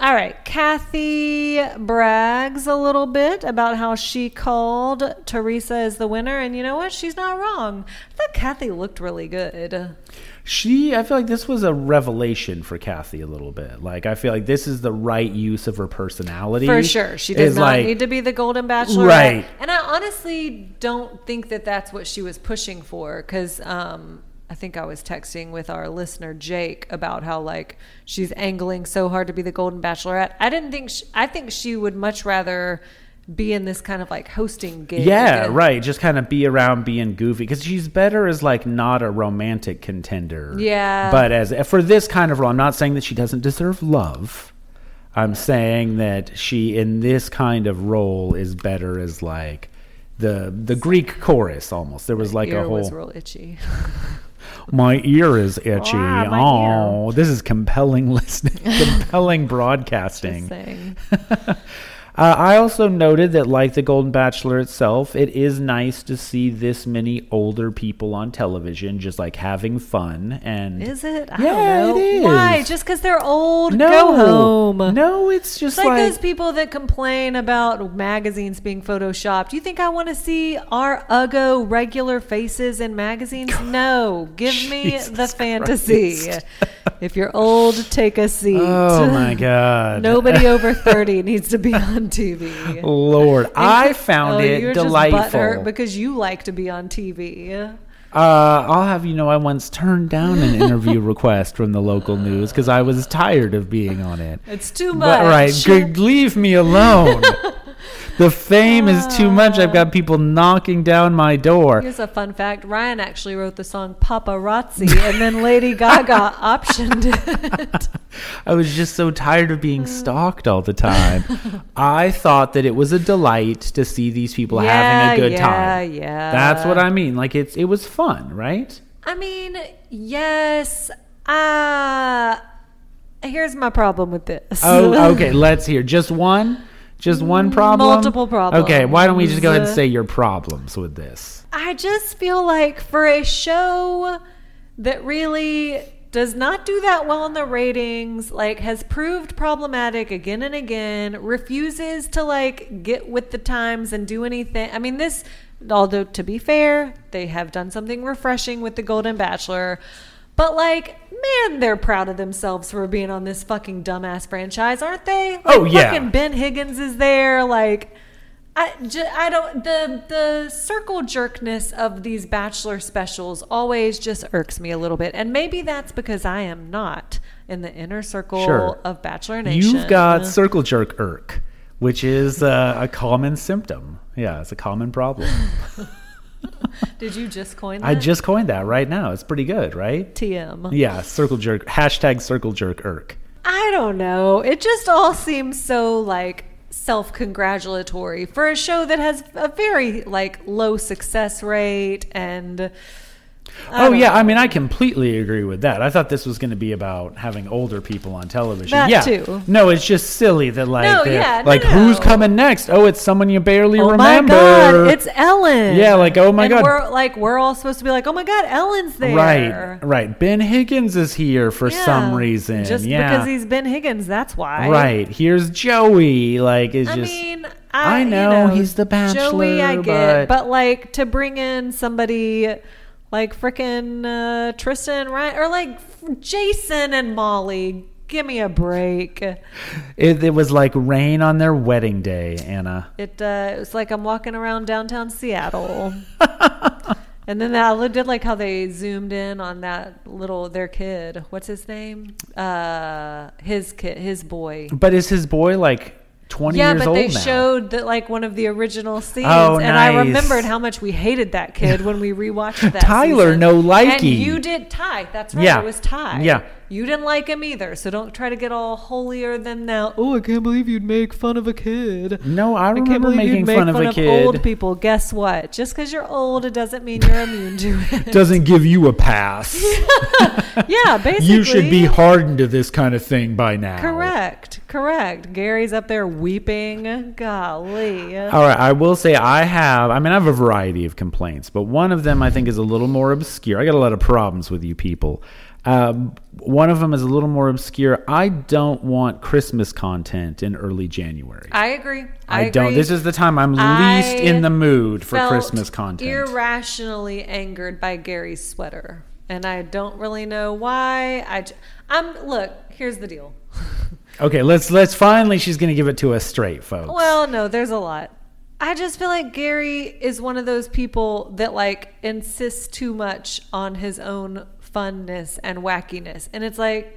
B: All right. Kathy brags a little bit about how she called Teresa as the winner, and you know what? She's not wrong. I thought Kathy looked really good.
A: She, I feel like this was a revelation for Kathy a little bit. Like I feel like this is the right use of her personality
B: For sure. She does
A: Is
B: not
A: like,
B: need to be the Golden Bachelorette.
A: Right.
B: And I honestly don't think that that's what she was pushing for because um, I think I was texting with our listener, Jake, about how, like, she's angling so hard to be the Golden Bachelorette. I didn't think, sh I think she would much rather be in this kind of like hosting gig.
A: Yeah,
B: and-
A: right. Just kind of be around being goofy because she's better as like not a romantic contender.
B: Yeah.
A: But as eh, for this kind of role, I'm not saying that she doesn't deserve love. I'm saying that she in this kind of role is better as like the the Greek chorus almost. There was like
B: Ear
A: a
B: was
A: whole
B: real itchy.
A: my ear is itchy.
B: Ah, my
A: oh, this is compelling listening, compelling broadcasting.
B: Saying.
A: Uh, I also noted that, like The Golden Bachelor itself, it is nice to see this many older people on television just like having fun. And
B: Is it? I
A: Yeah,
B: don't know.
A: it is.
B: Why? Just because they're old?
A: no,
B: Go home.
A: No, it's just
B: It's like,
A: like,
B: those people that complain about magazines being photoshopped. You think I want to see our uggo regular faces in magazines? No, give me the
A: Jesus
B: fantasy.
A: Christ.
B: if you're old, take a seat.
A: oh my god,
B: Nobody over thirty needs to be on TV.
A: Lord, I found
B: Oh,
A: it
B: you're just butthurt
A: delightful.
B: because you like to be on TV.
A: Uh, I'll have you know, I once turned down an interview request from the local news because I was tired of being on it.
B: It's too
A: But
B: much.
A: right, good, leave me alone. The fame is too much. I've
B: Ah.
A: got people knocking down my door.
B: Here's a fun fact Ryan actually wrote the song Paparazzi, and then Lady Gaga optioned it.
A: I was just so tired of being stalked all the time. I thought that it was a delight to see these people having a good
B: yeah,
A: time.
B: yeah.
A: That's what I mean. Like it's it was fun, right?
B: I mean, yes. Uh, here's my problem with this.
A: Oh, okay. Let's hear just one, just one problem.
B: Mm, Multiple problems. Uh-huh.
A: Okay, why don't we just go ahead and say your problems with this?
B: I just feel like for a show that really does not do that well in the ratings, like has proved problematic again and again, refuses to like get with the times and do anything. I mean, this, although to be fair, they have done something refreshing with The Golden Bachelor. But like, man, they're proud of themselves for being on this fucking dumbass franchise, aren't they? Like,
A: Oh, yeah.
B: fucking Ben Higgins is there, like I, ju- I don't the the circle jerkness of these bachelor specials always just irks me a little bit, and maybe that's because I am not in the inner circle
A: Sure.
B: of Bachelor Nation.
A: You've got circle jerk irk, which is uh, a common symptom. Yeah, it's a common problem.
B: Did you just coin that?
A: I just coined that right now. It's pretty good, right?
B: TM.
A: Yeah, circle jerk. Hashtag circle jerk irk.
B: I don't know. It just all seems so like self-congratulatory for a show that has a very like low success rate and I
A: Oh
B: don't
A: yeah, I mean I completely agree with that. I thought this was going to be about having older people on television.
B: That
A: yeah.
B: too.
A: No, it's just silly that like
B: No,
A: they're-
B: yeah,
A: like
B: no.
A: who's coming next? Oh, it's someone you barely
B: Oh
A: remember.
B: my god, it's Ellen.
A: Yeah, like, oh my
B: And
A: God.
B: We're like we're all supposed to be like, oh my god, Ellen's there.
A: Right, right. Ben Higgins is here for
B: Yeah.
A: some reason.
B: Just
A: yeah.
B: because he's Ben Higgins, that's why.
A: right. Here's Joey. Like it's
B: I
A: just
B: mean, I,
A: I
B: you
A: know, he's the
B: Joey, I
A: bachelor,
B: get,
A: but-
B: but, like to bring in somebody like frickin' uh, Tristan, right, or like Jason and Molly. Give me a break.
A: it, it was like rain on their wedding day, Anna.
B: It uh, it's like I'm walking around downtown Seattle. And then I did like how they zoomed in on that little their kid. What's his name? Uh, his kid, his boy.
A: But is his boy like twenty
B: Yeah,
A: years
B: but
A: old
B: they
A: now?
B: showed that like one of the original scenes,
A: Oh,
B: and
A: nice.
B: I remembered how much we hated that kid when we rewatched that.
A: Tyler,
B: season.
A: no likey.
B: and you did Ty. That's right,
A: Yeah.
B: it was Ty.
A: Yeah.
B: you didn't like him either, so don't try to get all holier than thou. Oh, I can't believe you'd make fun of a kid.
A: no, I
B: I can't
A: remember
B: believe
A: making
B: you'd make
A: fun of a kid.
B: old people. Guess what? Just because you're old, it doesn't mean you're immune to it.
A: doesn't give you a pass.
B: yeah, basically.
A: you should be hardened to this kind of thing by now.
B: correct. Correct. Gary's up there weeping. Golly.
A: All right, I will say I have, I mean, I have a variety of complaints, but one of them I think is a little more obscure. I got a lot of problems with you people. Um, one of them is a little more obscure. I don't want Christmas content in early January.
B: I agree. I,
A: I, don't.
B: agree.
A: This is the time I'm least
B: I
A: in the mood for
B: felt
A: Christmas content.
B: Irrationally angered by Gary's sweater, and I don't really know why. I j- I'm look. Here's the deal.
A: okay, let's let's finally. She's going to give it to us straight, folks.
B: Well, no, there's a lot. I just feel like Gary is one of those people that like insists too much on his own funness and wackiness. And it's like,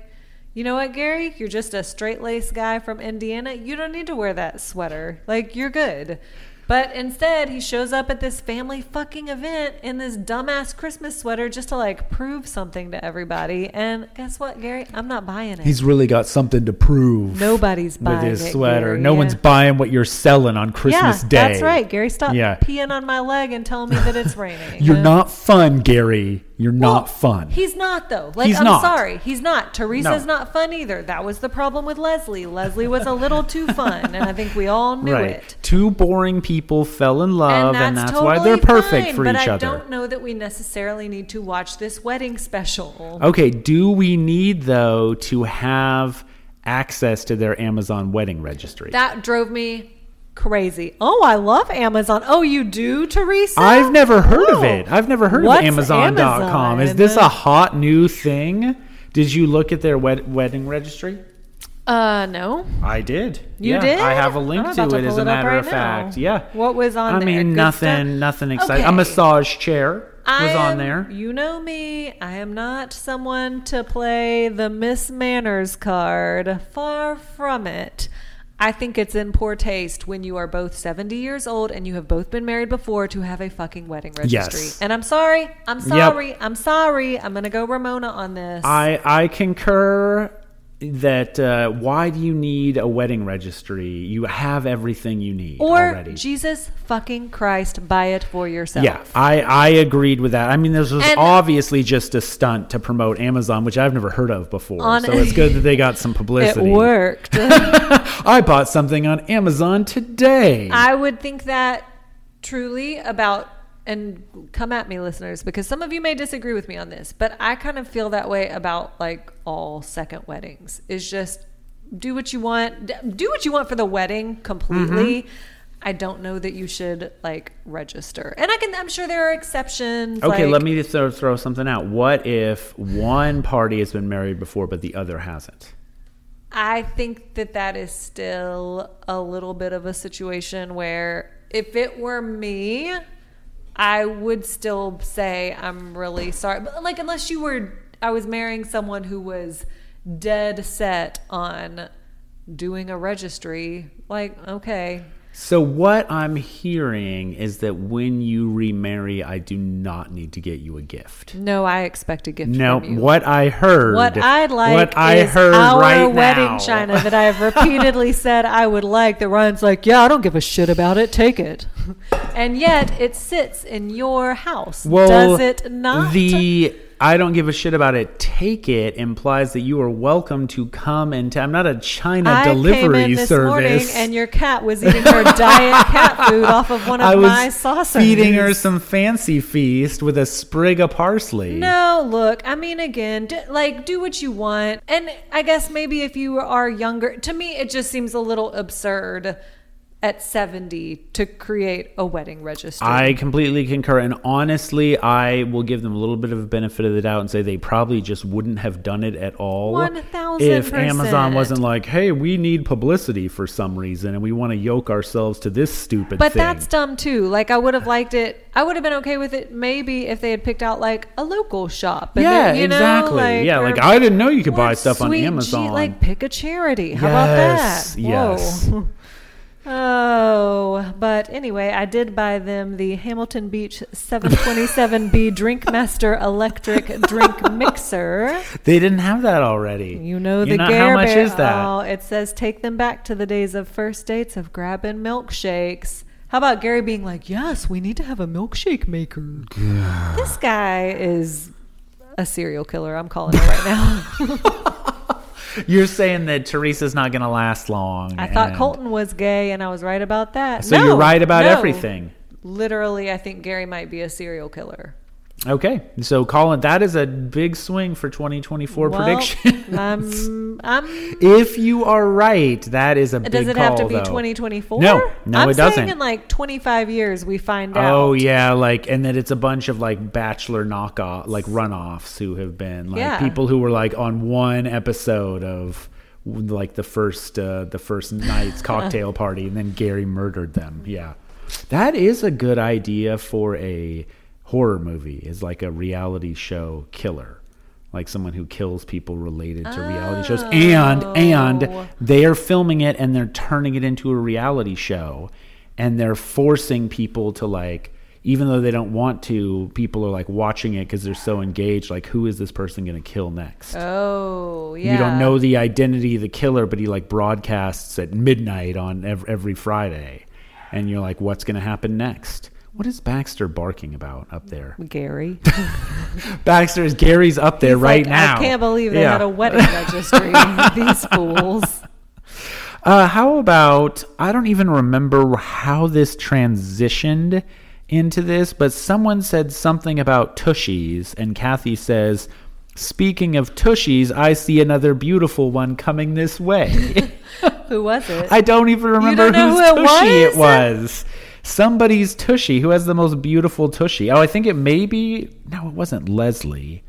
B: you know what, Gary? You're just a straight laced guy from Indiana. You don't need to wear that sweater. Like, you're good. But instead, he shows up at this family fucking event in this dumbass Christmas sweater just to like prove something to everybody. And guess what, Gary? I'm not buying it.
A: he's really got something to prove.
B: Nobody's
A: with
B: buying
A: his
B: it,
A: sweater.
B: Gary.
A: no
B: Yeah.
A: one's buying what you're selling on Christmas
B: yeah,
A: Day.
B: That's right, Gary. Stop
A: Yeah.
B: peeing on my leg and telling me that it's raining.
A: You're
B: Uh,
A: not fun, Gary. You're
B: well,
A: not fun.
B: He's not though. Like
A: He's
B: I'm
A: not.
B: sorry, he's not. Teresa's
A: No.
B: not fun either. That was the problem with Leslie. Leslie was a little too fun, and I think we all knew
A: right.
B: it.
A: Two boring people fell in love, and that's, why
B: totally
A: they're perfect
B: fine,
A: for
B: but
A: each
B: I
A: other.
B: don't know that we necessarily need to watch this wedding special.
A: Okay, do we need though to have access to their Amazon wedding registry?
B: That drove me crazy. Oh, I love Amazon. Oh, you do, Teresa?
A: I've never heard of
B: Oh.
A: it. I've never heard
B: What's
A: of Amazon.com. Is
B: Amazon?
A: this a hot new thing? Did you look at their wed- wedding registry?
B: Uh, no.
A: I did.
B: You
A: Yeah,
B: did?
A: I have a link
B: I'm
A: to
B: about to
A: it as
B: pull
A: a
B: it up
A: matter
B: right
A: of fact.
B: now.
A: Yeah.
B: What was on
A: I
B: there?
A: mean,
B: Good
A: nothing,
B: stuff?
A: nothing exciting. A
B: Okay.
A: massage chair was on
B: am-
A: there.
B: You know me. I am not someone to play the Miss Manners card. Far from it. I think it's in poor taste when you are both 70 years old and you have both been married before to have a fucking wedding registry.
A: Yes.
B: And I'm sorry. I'm sorry. I'm sorry. I'm going to go Ramona on this.
A: I I concur that uh, why do you need a wedding registry? You have everything you need
B: or
A: already.
B: Jesus fucking Christ, buy it for yourself.
A: yeah, I, I agreed with that. I mean, this was
B: And-
A: obviously just a stunt to promote Amazon, which I've never heard of before.
B: On-
A: so it's good that they got some
B: It
A: publicity.
B: worked.
A: I bought something on Amazon today.
B: I would think that truly about and come at me listeners because some of you may disagree with me on this, but I kind of feel that way about like all second weddings. Is just do what you want, d- do what you want for the wedding completely.
A: Mm-hmm.
B: I don't know that you should like register. And I can I'm sure there are exceptions.
A: okay,
B: like-
A: let me just throw, throw something out. What if one party has been married before, but the other hasn't?
B: I think that that is still a little bit of a situation where if it were me, I would still say I'm really sorry. But like, unless you were, I was marrying someone who was dead set on doing a registry, like, okay.
A: So what I'm hearing is that when you remarry, I do not need to get you a gift.
B: No, I expect a gift.
A: No,
B: from you.
A: what I heard.
B: What I'd like
A: What I
B: is
A: heard
B: our
A: right
B: wedding
A: now.
B: china that I have repeatedly said I would like. That Ryan's like, yeah, I don't give a shit about it. Take it, and yet it sits in your house.
A: Well,
B: Does it not?
A: The I don't give a shit about it. Take it implies that you are welcome to come and i I'm not a China
B: I
A: delivery
B: came in this
A: service.
B: morning and your cat was eating her diet cat food off of one of
A: I was
B: my saucers.
A: feeding her some fancy feast with a sprig of parsley.
B: No, look, I mean, again, d- like, do what you want. And I guess maybe if you are younger, to me, it just seems a little absurd at 70 to create a wedding registry.
A: I completely concur. And honestly, I will give them a little bit of a benefit of the doubt and say they probably just wouldn't have done it at all
B: 1000%.
A: if Amazon wasn't like, hey, we need publicity for some reason and we want to yoke ourselves to this stupid
B: but
A: thing.
B: that's dumb too. Like I would have liked it. I would have been okay with it maybe if they had picked out like a local shop. And
A: yeah,
B: then, you know,
A: exactly. yeah,
B: or-
A: like I didn't know you could
B: or
A: buy stuff on
B: sweet G-
A: Amazon.
B: like pick a charity. How
A: Yes,
B: about that?
A: yes.
B: Whoa. Oh, but anyway, I did buy them the Hamilton Beach 727B Drink Master electric drink mixer.
A: they didn't have that already.
B: You know the
A: know
B: Gare
A: how much
B: Bear-
A: is that?
B: Oh, it says take them back to the days of first dates of grabbing milkshakes. How about Gary being like, "Yes, we need to have a milkshake maker." this guy is a serial killer. I'm calling it right now.
A: You're saying that Teresa's not going to last long.
B: I thought
A: and-
B: Colton was gay, and I was right about that.
A: So
B: No,
A: you're right about
B: no.
A: everything.
B: Literally, I think Gary might be a serial killer.
A: Okay, so Colin, that is a big swing for 2024
B: Well,
A: prediction.
B: I'm, I'm
A: if you are right, that is a big
B: Does it have to
A: call,
B: be
A: though.
B: 2024?
A: No, no,
B: I'm
A: it doesn't.
B: Saying in like 25 years, we find out.
A: Oh yeah, like and that it's a bunch of like bachelor knockoff, like runoffs who have been like
B: Yeah.
A: people who were like on one episode of like the first uh, the first night's cocktail party, and then Gary murdered them. Yeah, that is a good idea for a horror movie. Is like a reality show killer. Like someone who kills people related to reality shows, and
B: Oh.
A: and they are filming it and they're turning it into a reality show and they're forcing people to like even though they don't want to people are like watching it because they're so engaged like who is this person going to kill next
B: Oh, yeah.
A: you don't know the identity of the killer but he like broadcasts at midnight on ev- every friday and you're like what's going to happen next what is Baxter barking about up there?
B: Gary.
A: Baxter is Gary's up there right
B: Like,
A: now.
B: I can't believe they
A: Yeah.
B: had a wedding registry. These fools.
A: Uh, how about I don't even remember how this transitioned into this, but someone said something about tushies, and Kathy says, "Speaking of tushies, I see another beautiful one coming this way."
B: Who was it?
A: I don't even remember
B: don't know
A: whose
B: who it
A: tushy it
B: was?
A: was. Somebody's tushy. Who has the most beautiful tushy? Oh, I think it may be. No, it wasn't Leslie.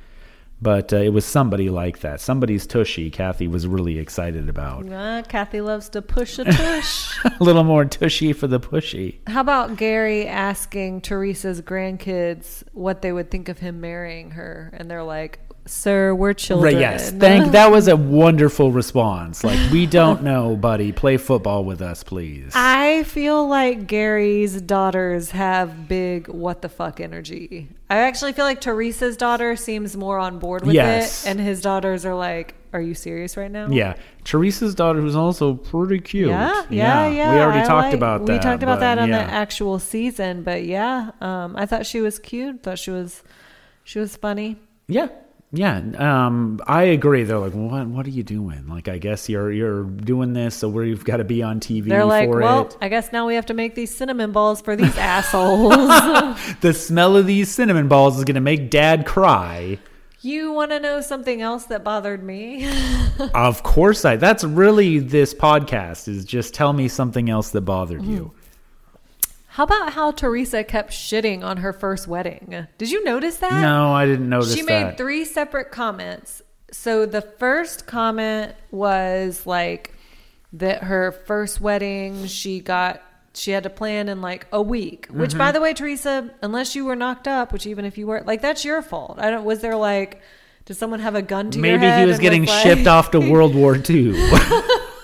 A: But uh, it was somebody like that. Somebody's tushy. Kathy was really excited about
B: Ah, Kathy loves to push a tush.
A: a little more tushy for the pushy.
B: How about Gary asking Teresa's grandkids what they would think of him marrying her? And they're like, Sir, we're
A: Right,
B: children.
A: yes. Thank that was a wonderful response. Like we don't know, buddy. Play football with us, please.
B: I feel like Gary's daughters have big what the fuck energy. I actually feel like Teresa's daughter seems more on board with
A: Yes.
B: it, and his daughters are like, "Are you serious right now?"
A: yeah. Teresa's daughter who's also pretty cute.
B: yeah, yeah, yeah.
A: We already
B: I
A: talked
B: like-
A: about that.
B: We talked
A: but
B: about that on
A: yeah.
B: the actual season, but yeah, um, I thought she was cute. Thought she was, she was funny.
A: Yeah. Yeah. Um, I agree. They're like, what what are you doing? Like I guess you're you're doing this, so we've got to be on TV
B: They're like,
A: for
B: well,
A: it.
B: I guess now we have to make these cinnamon balls for these assholes.
A: The smell of these cinnamon balls is gonna make dad cry.
B: you want to know something else that bothered me?
A: of course I that's really this podcast is just tell me something else that bothered you.
B: How about how Teresa kept shitting on her first wedding? Did you notice that?
A: No, I didn't notice
B: Mm-hmm. Uh, She made
A: that.
B: three separate comments. So the first comment was like that her first wedding, she got she had to plan in like a week. Which by
A: Mm-hmm.
B: the way, Teresa, unless you were knocked up, which even if you were like that's your fault. I don't was there like did someone have a gun to your
A: Maybe
B: head
A: he was
B: and
A: getting
B: like-
A: shipped off to World War II.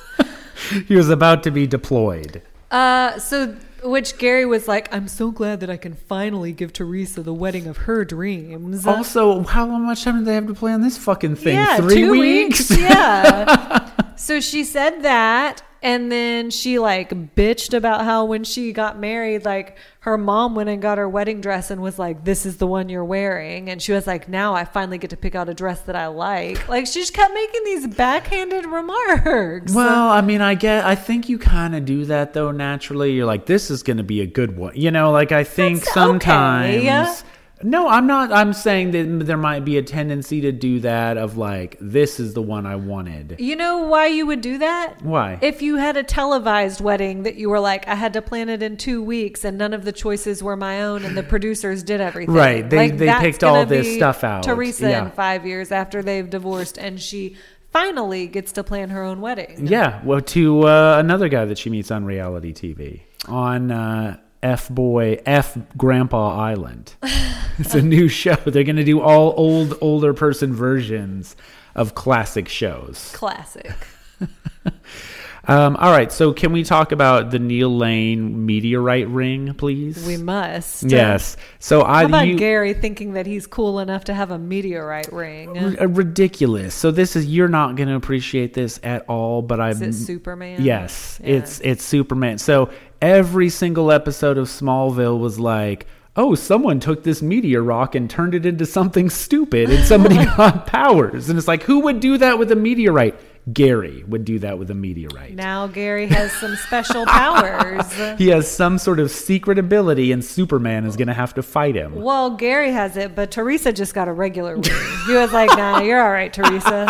A: he was about to be deployed.
B: Uh, so which Gary was like, I'm so glad that I can finally give Teresa the wedding of her dreams. Uh,
A: Also, how long- much time did they have to play on this fucking thing? Three
B: two
A: weeks?
B: yeah. so she said that, and then she like bitched about how when she got married, like her mom went and got her wedding dress and was like, "This is the one you're wearing," and she was like, "Now I finally get to pick out a dress that I like." Like she just kept making these backhanded remarks.
A: Well, I mean, I get. I think you kind of do that though. Naturally, you're like, this is going to be a good one. You know, like I think
B: That's okay.
A: sometimes. No, I'm not. I'm saying that there might be a tendency to do that of like, this is the one I wanted.
B: You know why you would do that?
A: Why?
B: If you had a televised wedding that you were like, I had to plan it in two weeks and none of the choices were my own and the producers did everything.
A: Right. They-
B: Like,
A: they
B: that's
A: picked all
B: gonna
A: this
B: be
A: stuff out.
B: Teresa
A: Yeah.
B: in five years after they've divorced and she finally gets to plan her own wedding.
A: Yeah. Well, to uh, another guy that she meets on reality TV on uh, F Boy F Grandpa Island. it's a new show. They're going to do all old older person versions of classic shows.
B: Classic.
A: Um, all right. So can we talk about the Neil Lane meteorite ring, please?
B: We must.
A: yes. So I
B: How about
A: you,
B: Gary thinking that he's cool enough to have a meteorite ring?
A: r- uh, ridiculous. So this is you're not going to appreciate this at all, but I
B: Is it Superman?
A: Yes,
B: Yeah.
A: it's it's Superman. So every single episode of Smallville was like, oh, someone took this meteor rock and turned it into something stupid, and somebody got powers. And it's like, who would do that with a meteorite? Gary would do that with a meteorite.
B: Now Gary has some special powers.
A: He has some sort of secret ability, and Superman is going to have to fight him.
B: Well, Gary has it, but Teresa just got a regular ring. He was like, "Nah, you're all right, Teresa."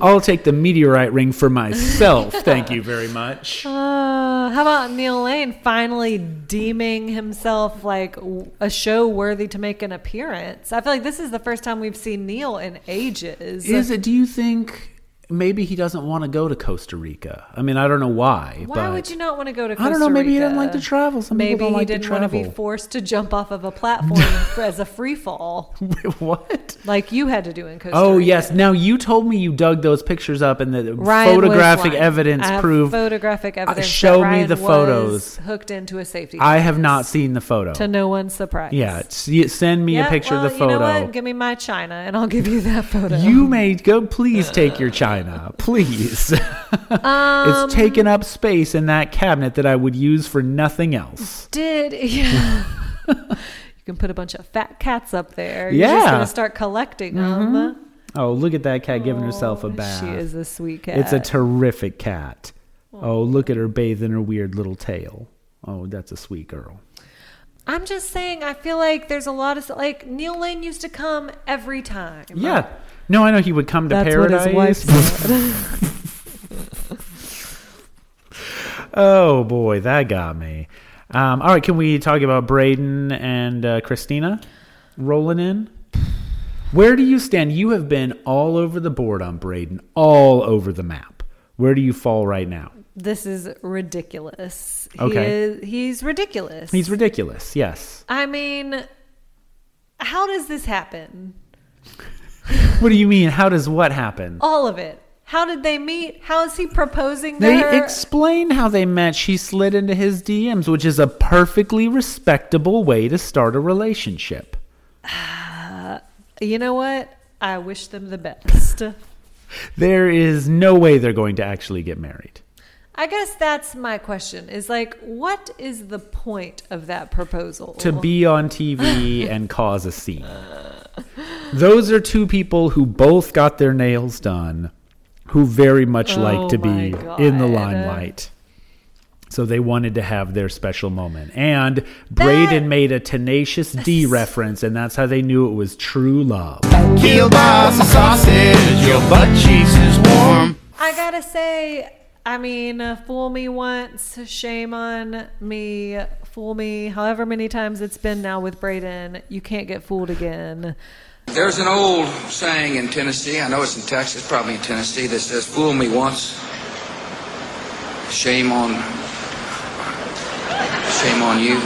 A: I'll take the meteorite ring for myself. Thank you very much.
B: Uh, how about Neil Lane finally deeming himself like w- a show worthy to make an appearance? I feel like this is the first time we've seen Neil in ages.
A: Is it? Do you think maybe he doesn't want to go to Costa Rica? I mean, I don't know why.
B: Why
A: but
B: would you not want to go to? Costa
A: I don't know. Maybe he doesn't like
B: Rica?
A: to travel. Some
B: Maybe
A: people don't
B: he
A: like to
B: didn't want to
A: travel.
B: be forced to jump off of a platform for- as a free fall,
A: what?
B: like you had to do in Costa.
A: Oh
B: Rica.
A: yes. Now you told me you dug those pictures up, and the
B: Ryan was
A: photographic
B: lying.
A: evidence
B: I have
A: proved.
B: photographic evidence.
A: show
B: that
A: me
B: Ryan
A: the
B: was
A: photos.
B: hooked into a safety.
A: I have not seen the photo.
B: to no one's surprise.
A: Yeah, s- send me
B: Yeah,
A: a picture
B: well,
A: of the photo.
B: You know what? Give me my china, and I'll give you that photo.
A: You may go. Please take your china, please.
B: Um,
A: it's taken up space in that cabinet that I would use for nothing else.
B: did. Yeah. you can put a bunch of fat cats up there. You're just
A: Yeah.
B: gonna start collecting them.
A: Oh, look at that cat giving herself a bath.
B: She is a sweet cat.
A: It's a terrific cat. Oh, look at her bathing her weird little tail. Oh, that's a sweet girl.
B: I'm just saying. I feel like there's a lot of like Neil Lane used to come every time.
A: Yeah. No, I know he would come to
B: That's
A: paradise.
B: what his wife said.
A: oh boy, that got me. Um, all right, can we talk about Braden and uh, Christina rolling in? Where do you stand? You have been all over the board on Braden, all over the map. Where do you fall right now?
B: this is ridiculous.
A: Okay.
B: He is, he's ridiculous.
A: He's ridiculous. Yes.
B: I mean, how does this happen?
A: What do you mean? How does what happen?
B: All of it. How did they meet? How is he proposing to
A: They
B: her?
A: explain how they met. She slid into his DMs, which is a perfectly respectable way to start a relationship.
B: you know what? I wish them the best.
A: There is no way they're going to actually get married.
B: I guess that's my question is like, what is the point of that proposal?
A: To be on TV and cause a scene. Those are two people who both got their nails done, who very much like
B: Oh
A: to be
B: my
A: in the
B: God.
A: limelight. So they wanted to have their special moment. And Braden made a tenacious D reference, and that's how they knew it was true love.
D: Kielbasa sausage, your butt cheeks is warm.
B: I gotta say, I mean, uh, fool me once, shame on me, fool me however many times it's been now with Braden. You can't get fooled again.
E: There's an old saying in Tennessee, I know it's in Texas, probably in Tennessee, that says, Fool me once, shame on. Shame on you.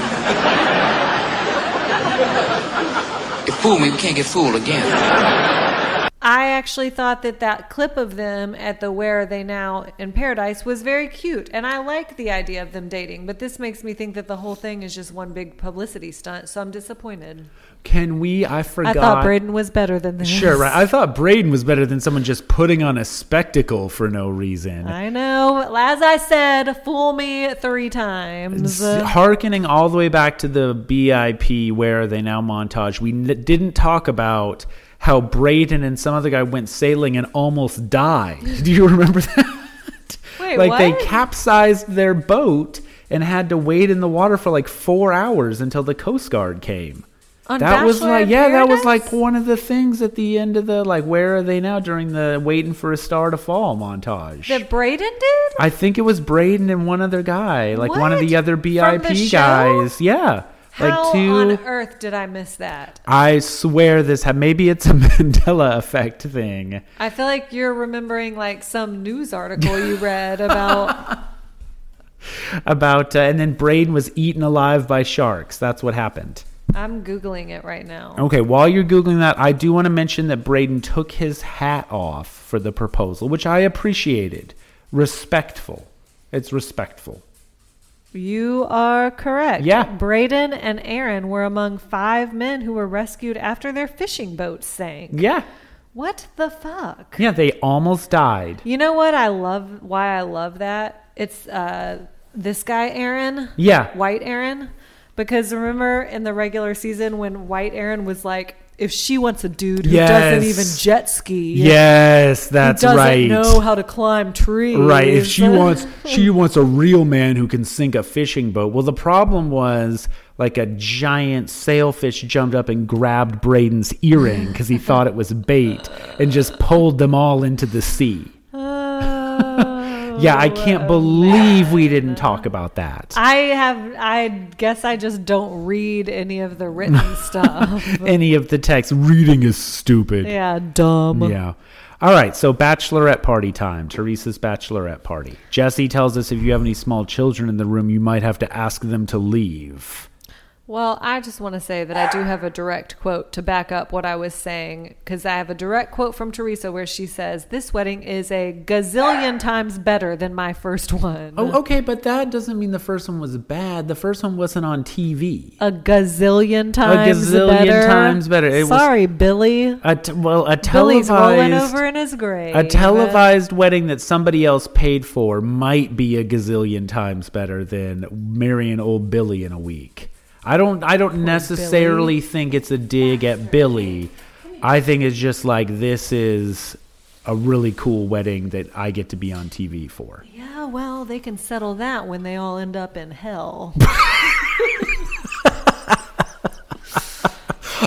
E: If fool me, we can't get fooled again.
B: I actually thought that that clip of them at the Where Are They Now in Paradise was very cute, and I like the idea of them dating, but this makes me think that the whole thing is just one big publicity stunt, so I'm disappointed.
A: Can we? I forgot.
B: I thought Braden was better than this.
A: Sure, right. I thought Braden was better than someone just putting on a spectacle for no reason.
B: I know. As I said, fool me three times. Uh,
A: S- Harkening all the way back to the BIP, where are they now montage, we n- didn't talk about how Braden and some other guy went sailing and almost died. Do you remember that?
B: Wait,
A: like they
B: what?
A: capsized their boat and had to wait in the water for like four hours until the Coast Guard came.
B: On
A: that was
B: Bachelor
A: like
B: in
A: yeah, that was
B: Paradise?
A: like one of the things at the end of the like where are they now during the waiting for a star to fall montage.
B: that Braden did.
A: I think it was Braden and one other guy, like one of
B: What?
A: the other
B: From the
A: BIP
B: show?
A: guys. Yeah.
B: How
A: like two
B: on earth did I miss that?
A: I swear this ha- maybe it's a Mandela effect thing.
B: I feel like you're remembering like some news article you read about.
A: About uh, and then Braden was eaten alive by sharks. That's what happened.
B: I'm googling it right now.
A: Okay, while you're googling that, I do want to mention that Braden took his hat off for the proposal, which I appreciated. Respectful. It's respectful.
B: You are correct.
A: Yeah.
B: Braden and Aaron were among five men who were rescued after their fishing boat sank.
A: Yeah.
B: What the fuck?
A: Yeah, they almost died.
B: You know what I love? Why I love that? It's uh, this guy Aaron.
A: Yeah.
B: White Aaron. Because remember in the regular season when White Aaron was like, if she wants a dude who doesn't
A: Yes.
B: even jet ski,
A: Yes,
B: who
A: that's
B: doesn't
A: right.
B: know how to climb trees,
A: Right. If she wants she wants a real man who can sink a fishing boat. Well, the problem was like a giant sailfish jumped up and grabbed Braden's earring cuz he thought it was bait and just pulled them all into the sea.
B: Oh,
A: Yeah, I can't believe we didn't talk about that.
B: I have. I guess I just don't read any of the written stuff.
A: Any of the text reading is stupid.
B: Yeah, dumb.
A: Yeah. All right, so bachelorette party time. Teresa's bachelorette party. Jesse tells us if you have any small children in the room, you might have to ask them to leave.
B: Well, I just want to say that I do have a direct quote to back up what I was saying because I have a direct quote from Teresa where she says, This wedding is a gazillion times better than my first one.
A: Oh, okay, but that doesn't mean the first one was bad. The first one wasn't on TV.
B: A gazillion times
A: gazillion
B: better.
A: times better. It was-
B: Sorry, Billy.
A: A t- well, a
B: Billy's rolling
A: televised
B: over in his grave.
A: a televised wedding that somebody else paid for might be a gazillion times better than marrying old Billy in a week. I don't I don't necessarily think it's a dig at Billy. I think it's just like this is a really cool wedding that I get to be on TV for.
B: Yeah, well, they can settle that when they all end up in hell.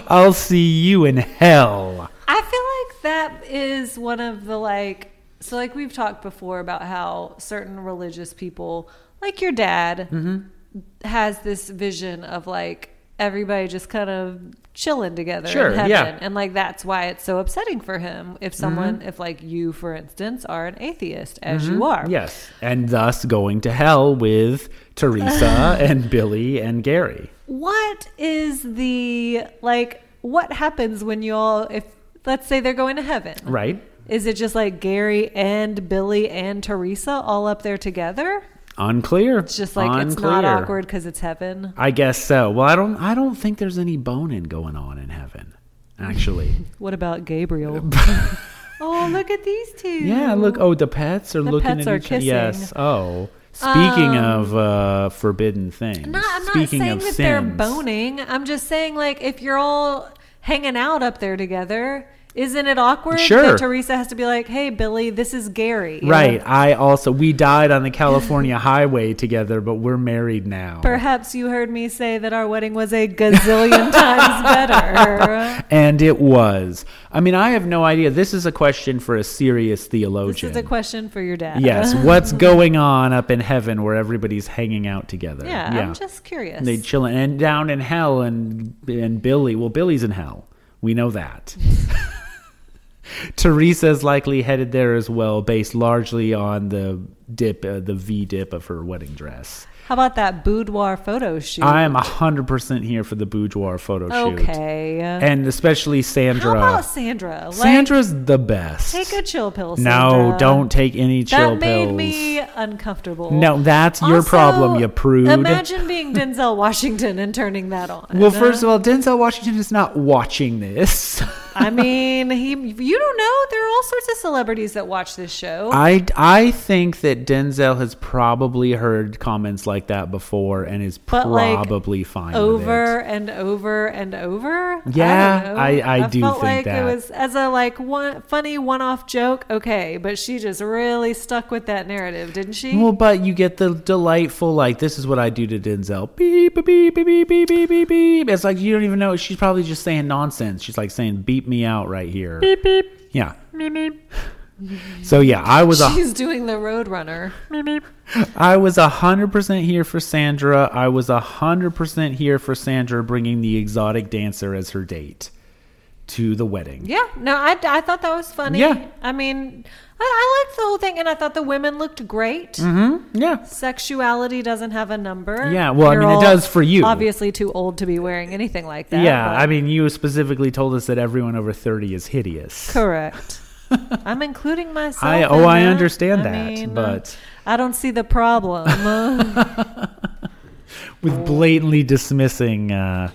A: I'll see you in hell.
B: I feel like that is one of the like so like we've talked before about how certain religious people like your dad
A: Mm-hmm.
B: has this vision of like everybody just kind of chilling together
A: Sure,
B: in heaven
A: yeah. Mm-hmm.
B: and like that's why it's so upsetting for him if someone if like you for instance are an atheist as you are
A: Mm-hmm. Yes, and thus going to hell with Teresa and Billy and Gary.
B: what is the like what happens when you all if Let's say they're going to heaven.
A: Right?
B: Is it just like Gary and Billy and Teresa all up there together?
A: Unclear.
B: It's just like it's not awkward because it's heaven.
A: I guess so. Well, I don't. I don't think there's any boning going on in heaven, actually.
B: What about Gabriel? oh, look at these two.
A: yeah. Look. Oh, the pets are
B: The
A: looking
B: pets
A: at
B: are
A: each other. Yes.
B: kissing. Um,
A: Oh. Speaking of uh, forbidden things.
B: Not, I'm not
A: speaking
B: saying
A: of
B: that they're
A: sins,
B: boning. I'm just saying, like, if you're all hanging out up there together, isn't it awkward
A: Sure.
B: that Teresa has to be like, "Hey, Billy, this is Gary."
A: Right. I also we died on the California highway together, but we're married now.
B: Perhaps you heard me say that our wedding was a gazillion times better.
A: And it was. I mean, I have no idea. This is a question for a serious
B: This
A: theologian.
B: is a question for your dad.
A: Yes, what's going on up in heaven where everybody's hanging out together?
B: Yeah, I'm just curious.
A: they chilling and down in hell and and Billy. Well, Billy's in hell. We know that. Teresa's likely headed there as well, based largely on the dip, uh, the V dip of her wedding dress.
B: How about that boudoir photo shoot?
A: I am hundred percent here for the boudoir photo shoot.
B: okay.
A: and especially
B: How
A: Sandra.
B: about Sandra? Like,
A: Sandra's the best.
B: take a chill pill. Sandra.
A: no, don't take any
B: That
A: chill
B: made
A: pills.
B: me uncomfortable.
A: No, that's your
B: Also,
A: problem, you prude.
B: Imagine being Denzel Washington and turning that on.
A: well, first of all, Denzel Washington is not watching this.
B: I mean, he you don't know. There are all sorts of celebrities that watch this show.
A: I, I think that Denzel has probably heard comments like that before and is
B: But, like,
A: probably fine
B: over
A: with
B: and over and over.
A: Yeah,
B: I, don't
A: I- I do
B: felt
A: think
B: like
A: that.
B: it was as a like one funny one-off joke. Okay, but she just really stuck with that narrative, didn't she?
A: it. Well, but you get the delightful like this is what I do to Denzel. Beep beep beep beep beep beep beep beep. It's like you don't even know. She's probably just saying nonsense. She's like saying beep me out right here. Beep beep. Yeah. So yeah, I was a
B: She's doing the Roadrunner.
A: I was 100% here for Sandra. I was 100% here for Sandra bringing the exotic dancer as her date to the wedding.
B: Yeah, no, I, I thought that was funny.
A: Yeah.
B: I mean, I, I liked the whole thing, and I thought the women looked great.
A: Yeah.
B: Sexuality doesn't have a number.
A: Mm-hmm. Yeah, well, I
B: You're
A: mean, it
B: all
A: does for you.
B: Obviously, too old to be wearing anything like that.
A: Yeah,
B: but-
A: I mean, you specifically told us that everyone over 30 is hideous.
B: correct. I'm including myself.
A: I-
B: in
A: oh, I
B: that.
A: understand
B: I
A: that,
B: mean, uh,
A: but-
B: I don't see the problem. Uh,
A: With blatantly dismissing uh,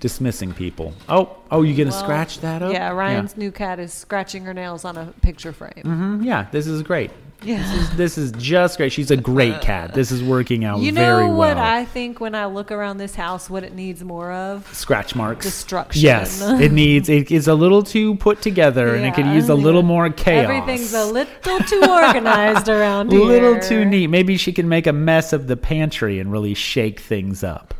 A: dismissing people. Oh, oh, you going to scratch that up?
B: yeah, Ryan's new cat is scratching her nails on a picture frame.
A: Mhm, yeah, this is great.
B: Yeah.
A: This is just great. She's a great cat. This is working out
B: You
A: very
B: know what
A: well.
B: I think when I look around this house, what it needs more of?
A: scratch marks
B: Destruction.
A: yes it needs it is a little too put together and it could
B: Yeah.
A: use a little more chaos
B: Everything's a little too organized around here.
A: little too neat maybe she can make a mess of the pantry and really shake things up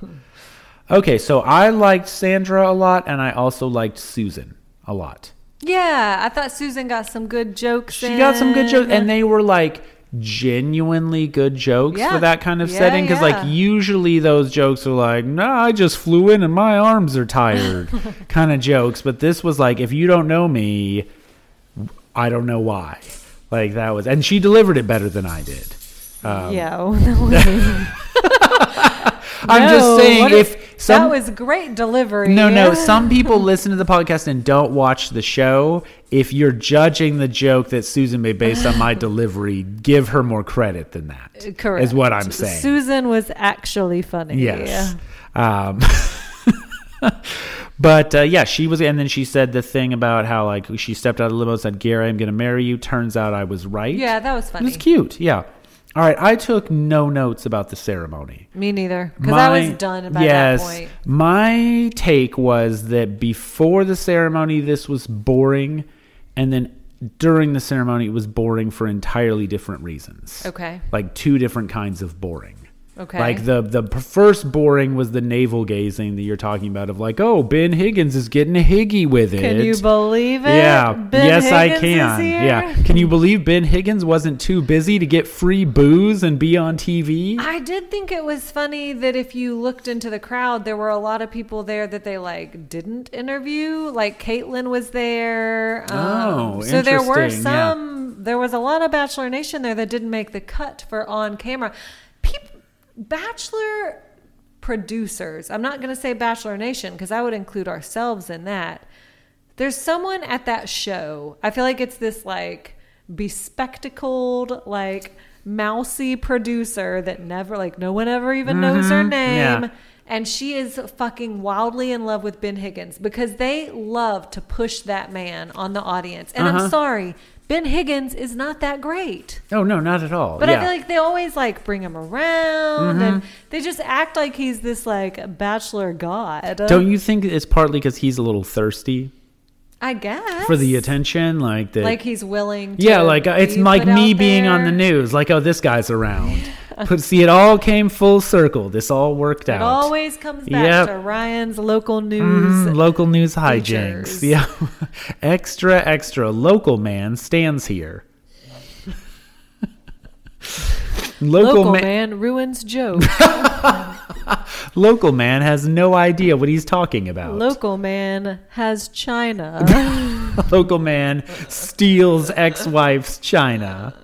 A: okay so i liked sandra a lot and i also liked susan a lot
B: Yeah, I thought Susan got some good jokes.
A: she got some good jokes
B: in.
A: and they were like genuinely good jokes
B: Yeah.
A: for that kind of
B: Yeah,
A: setting because
B: yeah.
A: like usually those jokes are like no i just flew in and my arms are tired kind of jokes but this was like if you don't know me i don't know why like that was and she delivered it better than i did
B: yeah, oh, that was,
A: i'm
B: No,
A: just saying
B: what
A: if some
B: that was great delivery.
A: no no
B: Yeah.
A: some people listen to the podcast and don't watch the show if you're judging the joke that susan made based on my delivery give her more credit than that
B: correct
A: is what i'm saying
B: Susan was actually funny.
A: Yes. Um, but uh, yeah, she was, and then she said the thing about how like she stepped out of the limo, and said, "Gary, I'm going to marry you." Turns out I was right.
B: yeah, that was
A: it
B: funny.
A: was cute. Yeah. All right, I took no notes about the ceremony
B: Me neither, because I was
A: my-
B: done by
A: yes,
B: that point.
A: My take was that before the ceremony, this was boring, and then during the ceremony, it was boring for entirely different reasons.
B: Okay.
A: like two different kinds of boring.
B: Okay.
A: Like the the p- first boring was the navel gazing that you're talking about of like, oh, Ben Higgins is getting higgy with it.
B: Can you believe it?
A: Yeah.
B: Ben
A: yes, I
B: Higgins is
A: can.
B: here?
A: Yeah. Can you believe Ben Higgins wasn't too busy to get free booze and be on TV?
B: I did think it was funny that if you looked into the crowd, there were a lot of people there that they like didn't interview. Like Caitlyn was there. Um,
A: Oh,
B: so there were
A: interesting, yeah.
B: some. There was a lot of Bachelor Nation there that didn't make the cut for on camera. Peop Bachelor producers. I'm not going to say Bachelor Nation because I would include ourselves in that. There's someone at that show. I feel like it's this like bespectacled, like mousy producer that never, like, no one ever even knows her name.
A: Mm-hmm. Yeah.
B: And she is fucking wildly in love with Ben Higgins because they love to push that man on the audience. And
A: Uh-huh.
B: I'm sorry, Ben Higgins is not that great.
A: Oh no, not at all.
B: But
A: yeah. Mm-hmm.
B: I feel like they always like bring him around and they just act like he's this like bachelor god.
A: don't you think it's partly because he's a little thirsty
B: I guess.
A: for the attention, like that?
B: Like he's willing to
A: yeah, like uh, it's
B: be
A: like
B: put
A: me
B: out
A: being on
B: there.
A: the news, like oh this guy's around. But see, it all came full circle. This all worked
B: It
A: out.
B: always comes back
A: Yep.
B: to Ryan's local news.
A: Mm, local news hijinks.
B: features.
A: Yeah, extra, extra. Local man stands here. local,
B: Local
A: ma-
B: man ruins jokes.
A: local man has no idea what he's talking about.
B: local man has China.
A: local man steals ex-wife's china.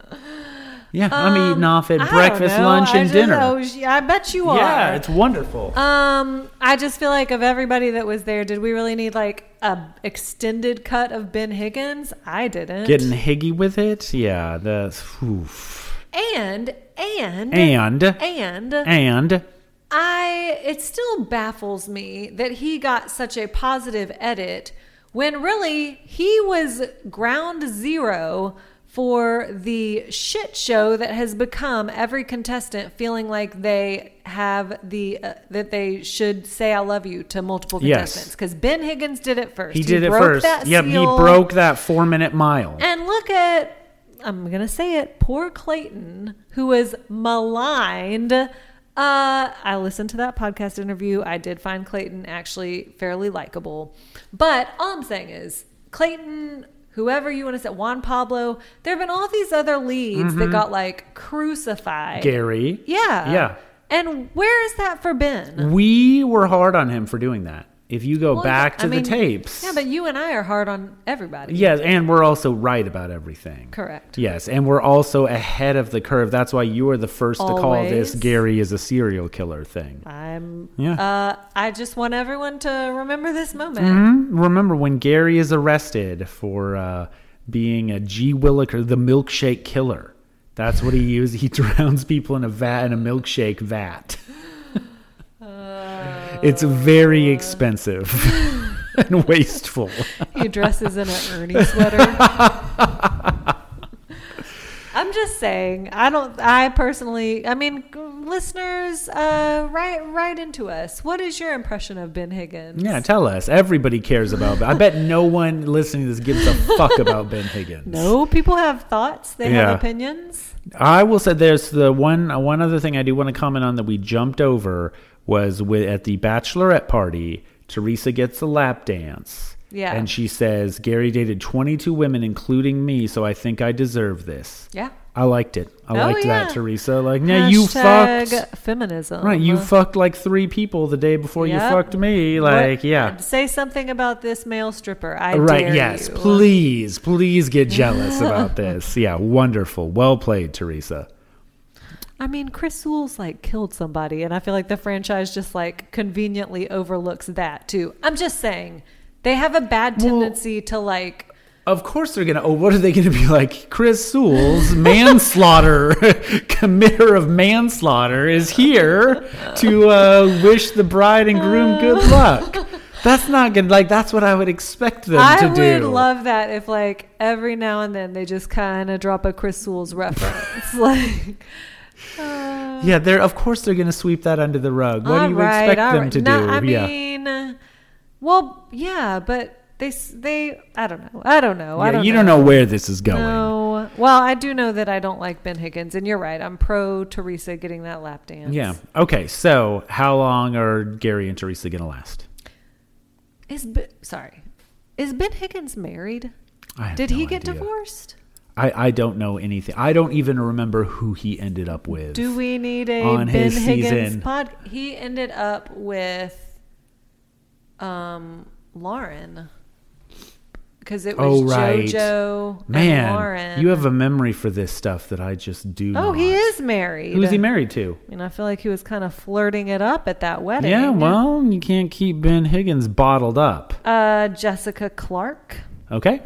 A: Yeah, I'm eating off at
B: Um, I don't
A: breakfast,
B: know.
A: lunch,
B: I
A: and
B: just-
A: dinner.
B: oh, sh- I bet you are.
A: yeah, it's wonderful.
B: Um, I just feel like of everybody that was there, did we really need like a extended cut of Ben Higgins? I didn't.
A: Getting higgy with it. Yeah, the oof.
B: and and
A: and
B: and
A: and
B: I it still baffles me that he got such a positive edit when really he was ground zero for the shit show that has become every contestant feeling like they have the uh, that they should say I love you to multiple
A: Yes.
B: contestants because Ben Higgins did it first.
A: he did it
B: broke
A: first.
B: that
A: Yep,
B: seal.
A: he broke that four-minute mile.
B: And look at, I'm going to say it, poor Clayton, who was maligned. Uh, I listened to that podcast interview. I did find Clayton actually fairly likable. But all I'm saying is, Clayton, whoever you want to say, Juan Pablo, there have been all these other leads that got like crucified.
A: Mm-hmm. Gary.
B: Yeah.
A: Yeah.
B: And where is that for Ben?
A: We were hard on him for doing that. If you go
B: Well,
A: back to
B: I
A: the
B: mean,
A: tapes.
B: Yeah, but you and I are hard on everybody.
A: Yes, and we're also right about everything.
B: Correct.
A: Yes, and we're also ahead of the curve. That's why you were the first to call this
B: Always.
A: Gary is a serial killer thing.
B: I'm.
A: Yeah.
B: Uh, I just want everyone to remember this moment.
A: Remember when Gary is arrested for uh, being a G Williker, the milkshake killer? That's what he uses. He drowns people in a vat, in a milkshake vat. it's very expensive and wasteful.
B: He dresses in an Ernie sweater. I'm just saying. I don't. I personally. I mean, g- listeners, uh, write write into us. What is your impression of Ben Higgins?
A: Yeah, tell us. Everybody cares about. I bet no one listening to this gives a fuck about Ben Higgins.
B: No, people have thoughts. They
A: Yeah.
B: have opinions.
A: I will say there's the one uh, one other thing I do want to comment on that we jumped over was with at the bachelorette party. Teresa gets a lap dance.
B: Yeah.
A: And she says, Gary dated 22 women, including me, so I think I deserve this.
B: Yeah.
A: I liked it. I
B: Oh,
A: liked
B: yeah.
A: that, Teresa. Like, yeah, you
B: Hashtag
A: fucked.
B: feminism.
A: Right. You fucked like three people the day before
B: Yep.
A: you fucked me. Like,
B: What-
A: yeah.
B: Say something about this male stripper. I
A: Right.
B: dare
A: Yes.
B: you.
A: Please, please get jealous about this. Yeah. Wonderful. Well played, Teresa.
B: I mean, Chris Sewell's like killed somebody, and I feel like the franchise just like conveniently overlooks that too. I'm just saying they have a bad tendency to like.
A: Of course they're gonna. Oh, what are they gonna be like? Chris Sewell's manslaughter committer of manslaughter is here to uh, wish the bride and groom good luck. That's not gonna like. That's what I would expect them
B: I
A: to
B: would
A: do.
B: love that if like every now and then they just kind of drop a Chris Sewell's reference, like.
A: yeah, they're of course they're gonna sweep that under the rug. What do you
B: Alright,
A: expect them
B: alright.
A: to
B: No,
A: do?
B: I
A: yeah.
B: mean, well, yeah, but they s- they I don't know. I don't know. I
A: yeah,
B: don't
A: you
B: know.
A: don't know where this is going.
B: No. Well, I do know that I don't like Ben Higgins, and you're right. I'm pro Teresa getting that lap dance.
A: Yeah. Okay. So, how long are Gary and Teresa gonna last?
B: Is B- sorry, is Ben Higgins married?
A: I have
B: Did
A: no
B: he get
A: idea.
B: divorced?
A: I, I don't know anything. I don't even remember who he ended up with.
B: Do we need a
A: On
B: Ben
A: his
B: Higgins
A: season.
B: pod? He ended up with um Lauren because it was
A: Oh, right.
B: JoJo and
A: Man,
B: Lauren.
A: you have a memory for this stuff that I just do.
B: oh, he
A: not.
B: is married.
A: Who is he married to?
B: I mean, I feel like he was kind of flirting it up at that wedding.
A: Yeah, well, you can't keep Ben Higgins bottled up.
B: uh, Jessica Clark.
A: Okay.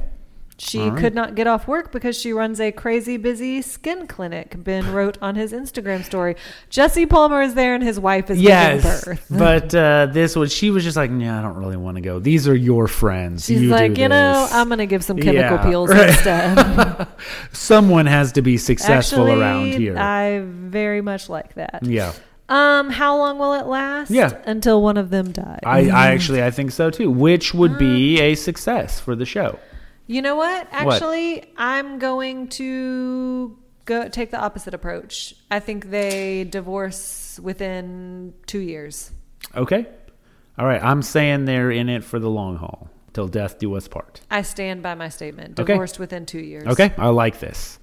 B: She
A: All right.
B: could not get off work because she runs a crazy busy skin clinic. Ben wrote on his Instagram story. Jesse Palmer is there and his wife is
A: Yes,
B: giving birth.
A: but uh, this was she was just like, no, I don't really want to go. These are your friends.
B: She's
A: you do
B: like, you know,
A: this."
B: I'm gonna give some chemical
A: Yeah,
B: peels
A: right.
B: instead.
A: someone has to be successful
B: Actually,
A: around here.
B: I very much like that.
A: yeah,
B: Um, how long will it last?
A: Yeah.
B: Until one of them dies.
A: I, I actually I think so too. Which would be
B: Mm.
A: a success for the show.
B: You know what? Actually, I'm going to go take the opposite approach. I think they divorce within two years.
A: Okay, all right. I'm saying they're in it for the long haul till death do us part.
B: I stand by my statement.
A: Okay.
B: Divorced within two years.
A: Okay, I like this.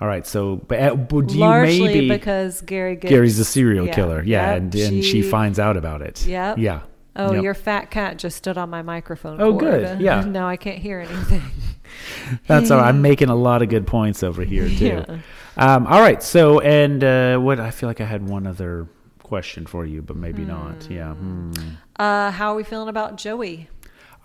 A: All right, so but uh, but do you
B: Largely
A: maybe
B: because Gary gets,
A: Gary's a serial
B: yeah.
A: killer? Yeah,
B: Yep.
A: and, and she, finds out about it.
B: Yep.
A: Yeah.
B: Oh,
A: Yep.
B: your fat cat just stood on my microphone.
A: Oh,
B: cord.
A: good. Yeah.
B: now I can't hear anything.
A: That's all right. I'm making a lot of good points over here too.
B: Yeah.
A: Um, all right. So, and uh, what I feel like I had one other question for you, but maybe not. Yeah. hmm.
B: Uh, how are we feeling about Joey?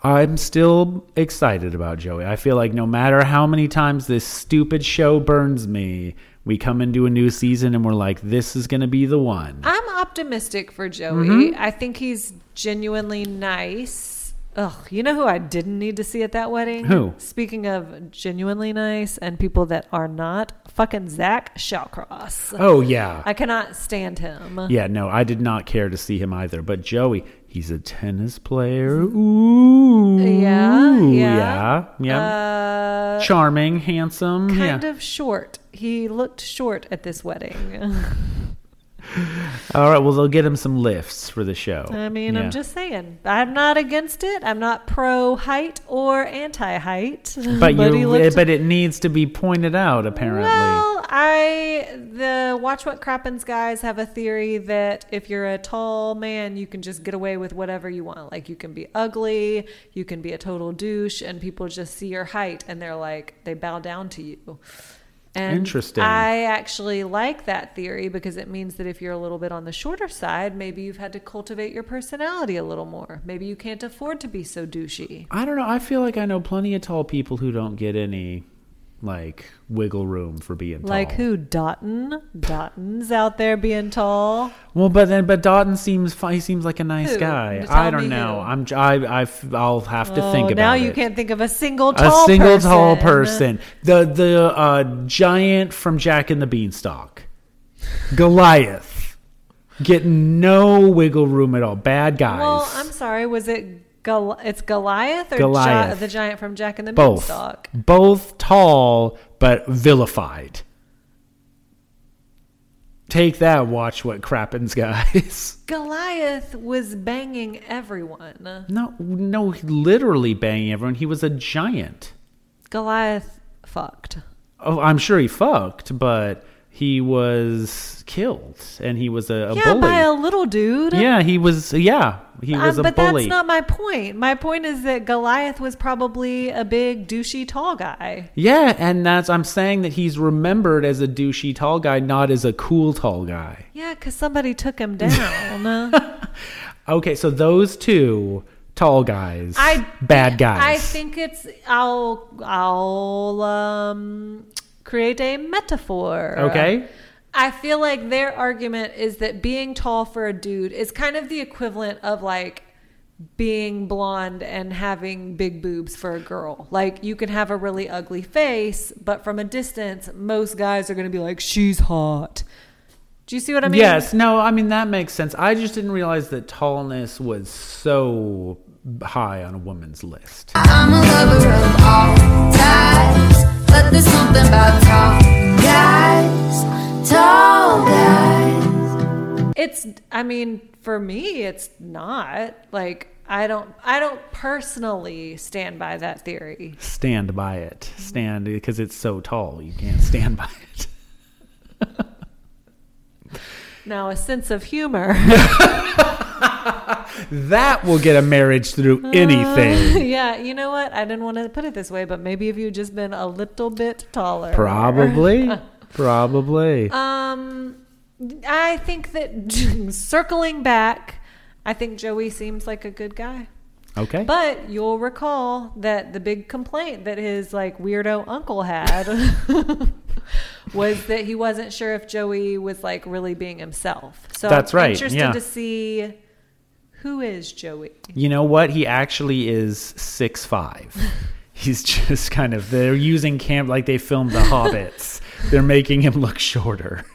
A: I'm still excited about Joey. I feel like no matter how many times this stupid show burns me, we come into a new season and we're like, this is going to be the one.
B: I'm optimistic for Joey.
A: Mm-hmm.
B: I think he's genuinely nice. Ugh, you know who I didn't need to see at that wedding?
A: Who?
B: Speaking of genuinely nice and people that are not, fucking Zach Shawcross.
A: oh, yeah.
B: I cannot stand him.
A: yeah, no, I did not care to see him either. But Joey, he's a tennis player. Ooh.
B: Yeah, yeah.
A: Yeah. yeah.
B: Uh,
A: Charming, handsome.
B: kind
A: yeah.
B: of short. He looked short at this wedding.
A: All right. Well, they'll get him some lifts for the show.
B: I mean,
A: Yeah.
B: I'm just saying. I'm not against it. I'm not pro height or anti height.
A: But
B: he
A: you, eh,
B: looked
A: but it needs to be pointed out. Apparently.
B: Well, I the Watch What Crappens guys have a theory that if you're a tall man, you can just get away with whatever you want. Like you can be ugly, you can be a total douche, and people just see your height and they're like they bow down to you. And
A: Interesting.
B: I actually like that theory because it means that if you're a little bit on the shorter side, maybe you've had to cultivate your personality a little more. Maybe you can't afford to be so douchey.
A: I don't know. I feel like I know plenty of tall people who don't get any like wiggle room for being tall.
B: Like who? Dotton? Dotton's out there being tall.
A: Well, but then, but Dalton seems fi- he seems like a nice
B: Who?
A: guy.
B: Tell
A: I don't
B: me
A: know.
B: who.
A: I'm j- I will have to think
B: Oh,
A: about
B: now
A: it.
B: you can't think of a single
A: a
B: tall
A: single
B: person.
A: tall person. The the uh, giant from Jack and the Beanstalk, Goliath, getting no wiggle room at all. Bad guys.
B: Well, I'm sorry. Was it Gol- it's Goliath or
A: Goliath.
B: Gi- the giant from Jack and the
A: both
B: Beanstalk?
A: both tall but vilified. Take that. Watch what crappens, guys.
B: Goliath was banging everyone.
A: No, no, he literally banging everyone. He was a giant.
B: Goliath fucked.
A: Oh, I'm sure he fucked, but he was killed, and he was a, a
B: Yeah,
A: bully.
B: by a little dude.
A: yeah, he was. Yeah, he was
B: Um,
A: a
B: but
A: bully.
B: that's not my point. My point is that Goliath was probably a big douchey tall guy.
A: yeah, and that's I'm saying that he's remembered as a douchey tall guy, not as a cool tall guy.
B: Yeah, because somebody took him down.
A: Okay, so those two tall guys,
B: I
A: bad guys.
B: I think it's I'll I'll um, create a metaphor.
A: Okay.
B: I feel like their argument is that being tall for a dude is kind of the equivalent of like being blonde and having big boobs for a girl. Like you can have a really ugly face, but from a distance, most guys are going to be like, "She's hot." Do you see what I mean?
A: yes, no, I mean that makes sense. I just didn't realize that tallness was so high on a woman's list.
F: I'm a lover of all types, but there's something about tall guys, tall guys.
B: It's I mean, for me it's not. Like I don't I don't personally stand by that theory.
A: Stand by it. Stand because it's so tall, you can't stand by it.
B: Now a sense of humor
A: That will get a marriage through anything.
B: yeah, you know what? I didn't want to put it this way, but maybe if you'd just been a little bit taller.
A: Probably. Probably.
B: Um, I think that circling back, I think Joey seems like a good guy.
A: Okay.
B: But you'll recall that the big complaint that his like weirdo uncle had was that he wasn't sure if Joey was like really being himself. So I'm
A: That's right,
B: Interested
A: yeah.
B: to see who is Joey.
A: You know what? He actually is six five. He's just kind of they're using camp like they filmed the Hobbits. They're making him look shorter.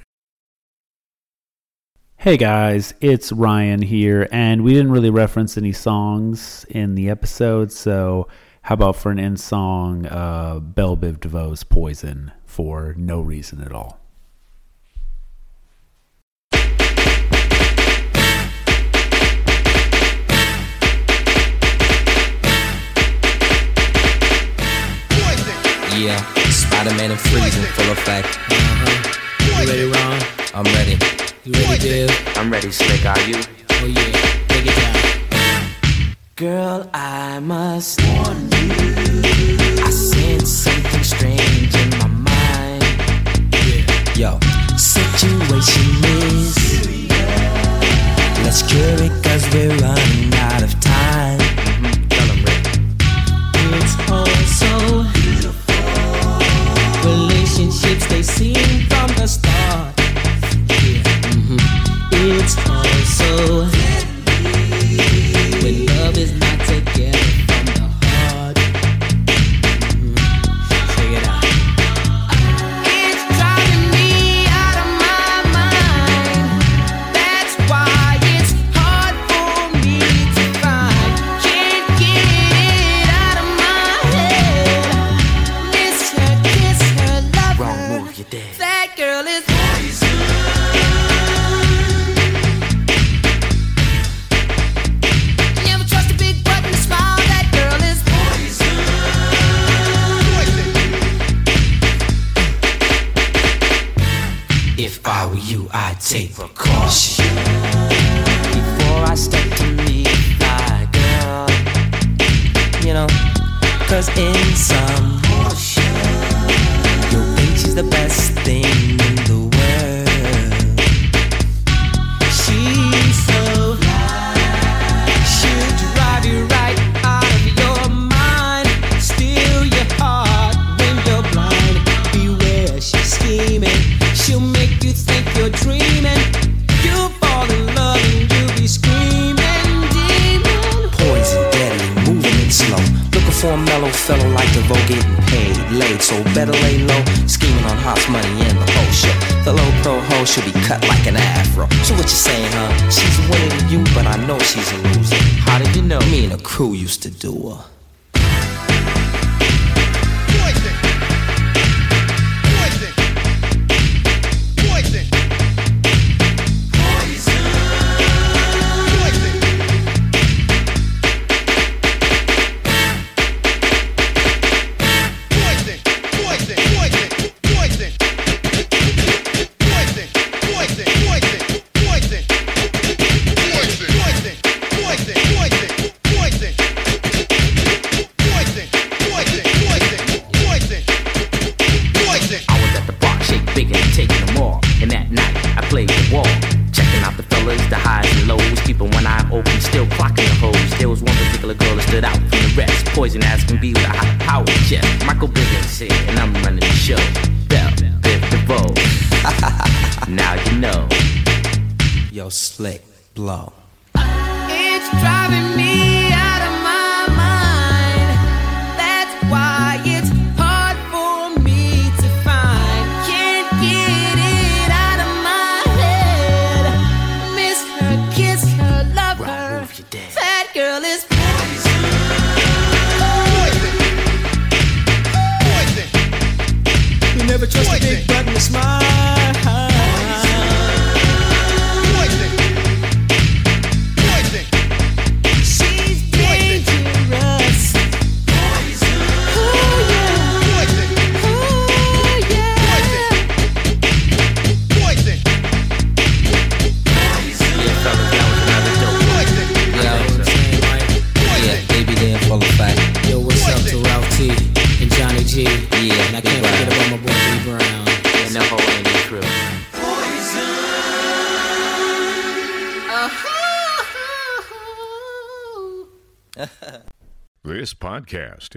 A: Hey guys, it's Ryan here, and we didn't really reference any songs in the episode, so how about for an in song, uh, Belle Biv DeVoe's Poison for no reason at all?
G: Yeah, Spider-Man and Freeze in full effect.
H: Uh-huh. You ready, Ron?
G: I'm ready.
H: You ready, Dib?
D: I'm ready, Slick. Are you?
H: Oh yeah, break it down.
G: Girl, I must warn you. I sense something strange in my mind. Yo, situation is Let's cure it cause we're running out of time.
D: Mm-hmm.
H: It's all so beautiful. Relationships they seem from the start. Yeah.
F: Mm-hmm.
H: It's all so when love is not together from the heart.
F: Mm-hmm.
H: Mhm. Check it out.
F: It's driving me out of my mind. That's why it's hard for me to find. Can't get it out of my head. Miss her, kiss her, love
G: Wrong
F: her.
G: move, you're dead.
F: That girl is poison. Never trust a big button smile. That girl is
G: If I were you, I'd take precaution before I step to meet my girl. You know, cause in some motion, you think she's the best thing in the world.
H: She's so she'll drive you right out of your mind, steal your heart when you're blind. Beware, she's scheming. She'll make you think you're dreaming. You'll fall in love and you'll be screaming, demon.
G: Poison deadly, moving it slow. Looking for a mellow fellow like the vote getting paid late. So better lay low, scheming on house money and the whole show. The low pro hoe should be cut like an afro. So what you saying, huh? She's winning to you, but I know she's a loser. How did you know? Me and the crew used to do her. I was at the bar, shake bigger and taking them all. And that night, I played the wall. Checking out the fellas, the highs and lows. Keeping one eye open, still clocking the hoes. There was one particular girl that stood out from the rest. Poison ass can be with a high power chest. Michael Biggins here, and I'm running the show. Bell, Biff DeVoe. now you know. Yo, slick, blow.
F: It's driving me out of my mind. That's why it's hard for me to find. Can't get it out of my head. Miss her, kiss her, love her.
G: Move your dad.
F: That girl is
H: You never trust a big button to smile.
F: she's dangerous. Ooh, yeah. Ooh, yeah.
G: Yeah, fellas, that was another dope. Yeah.
I: This podcast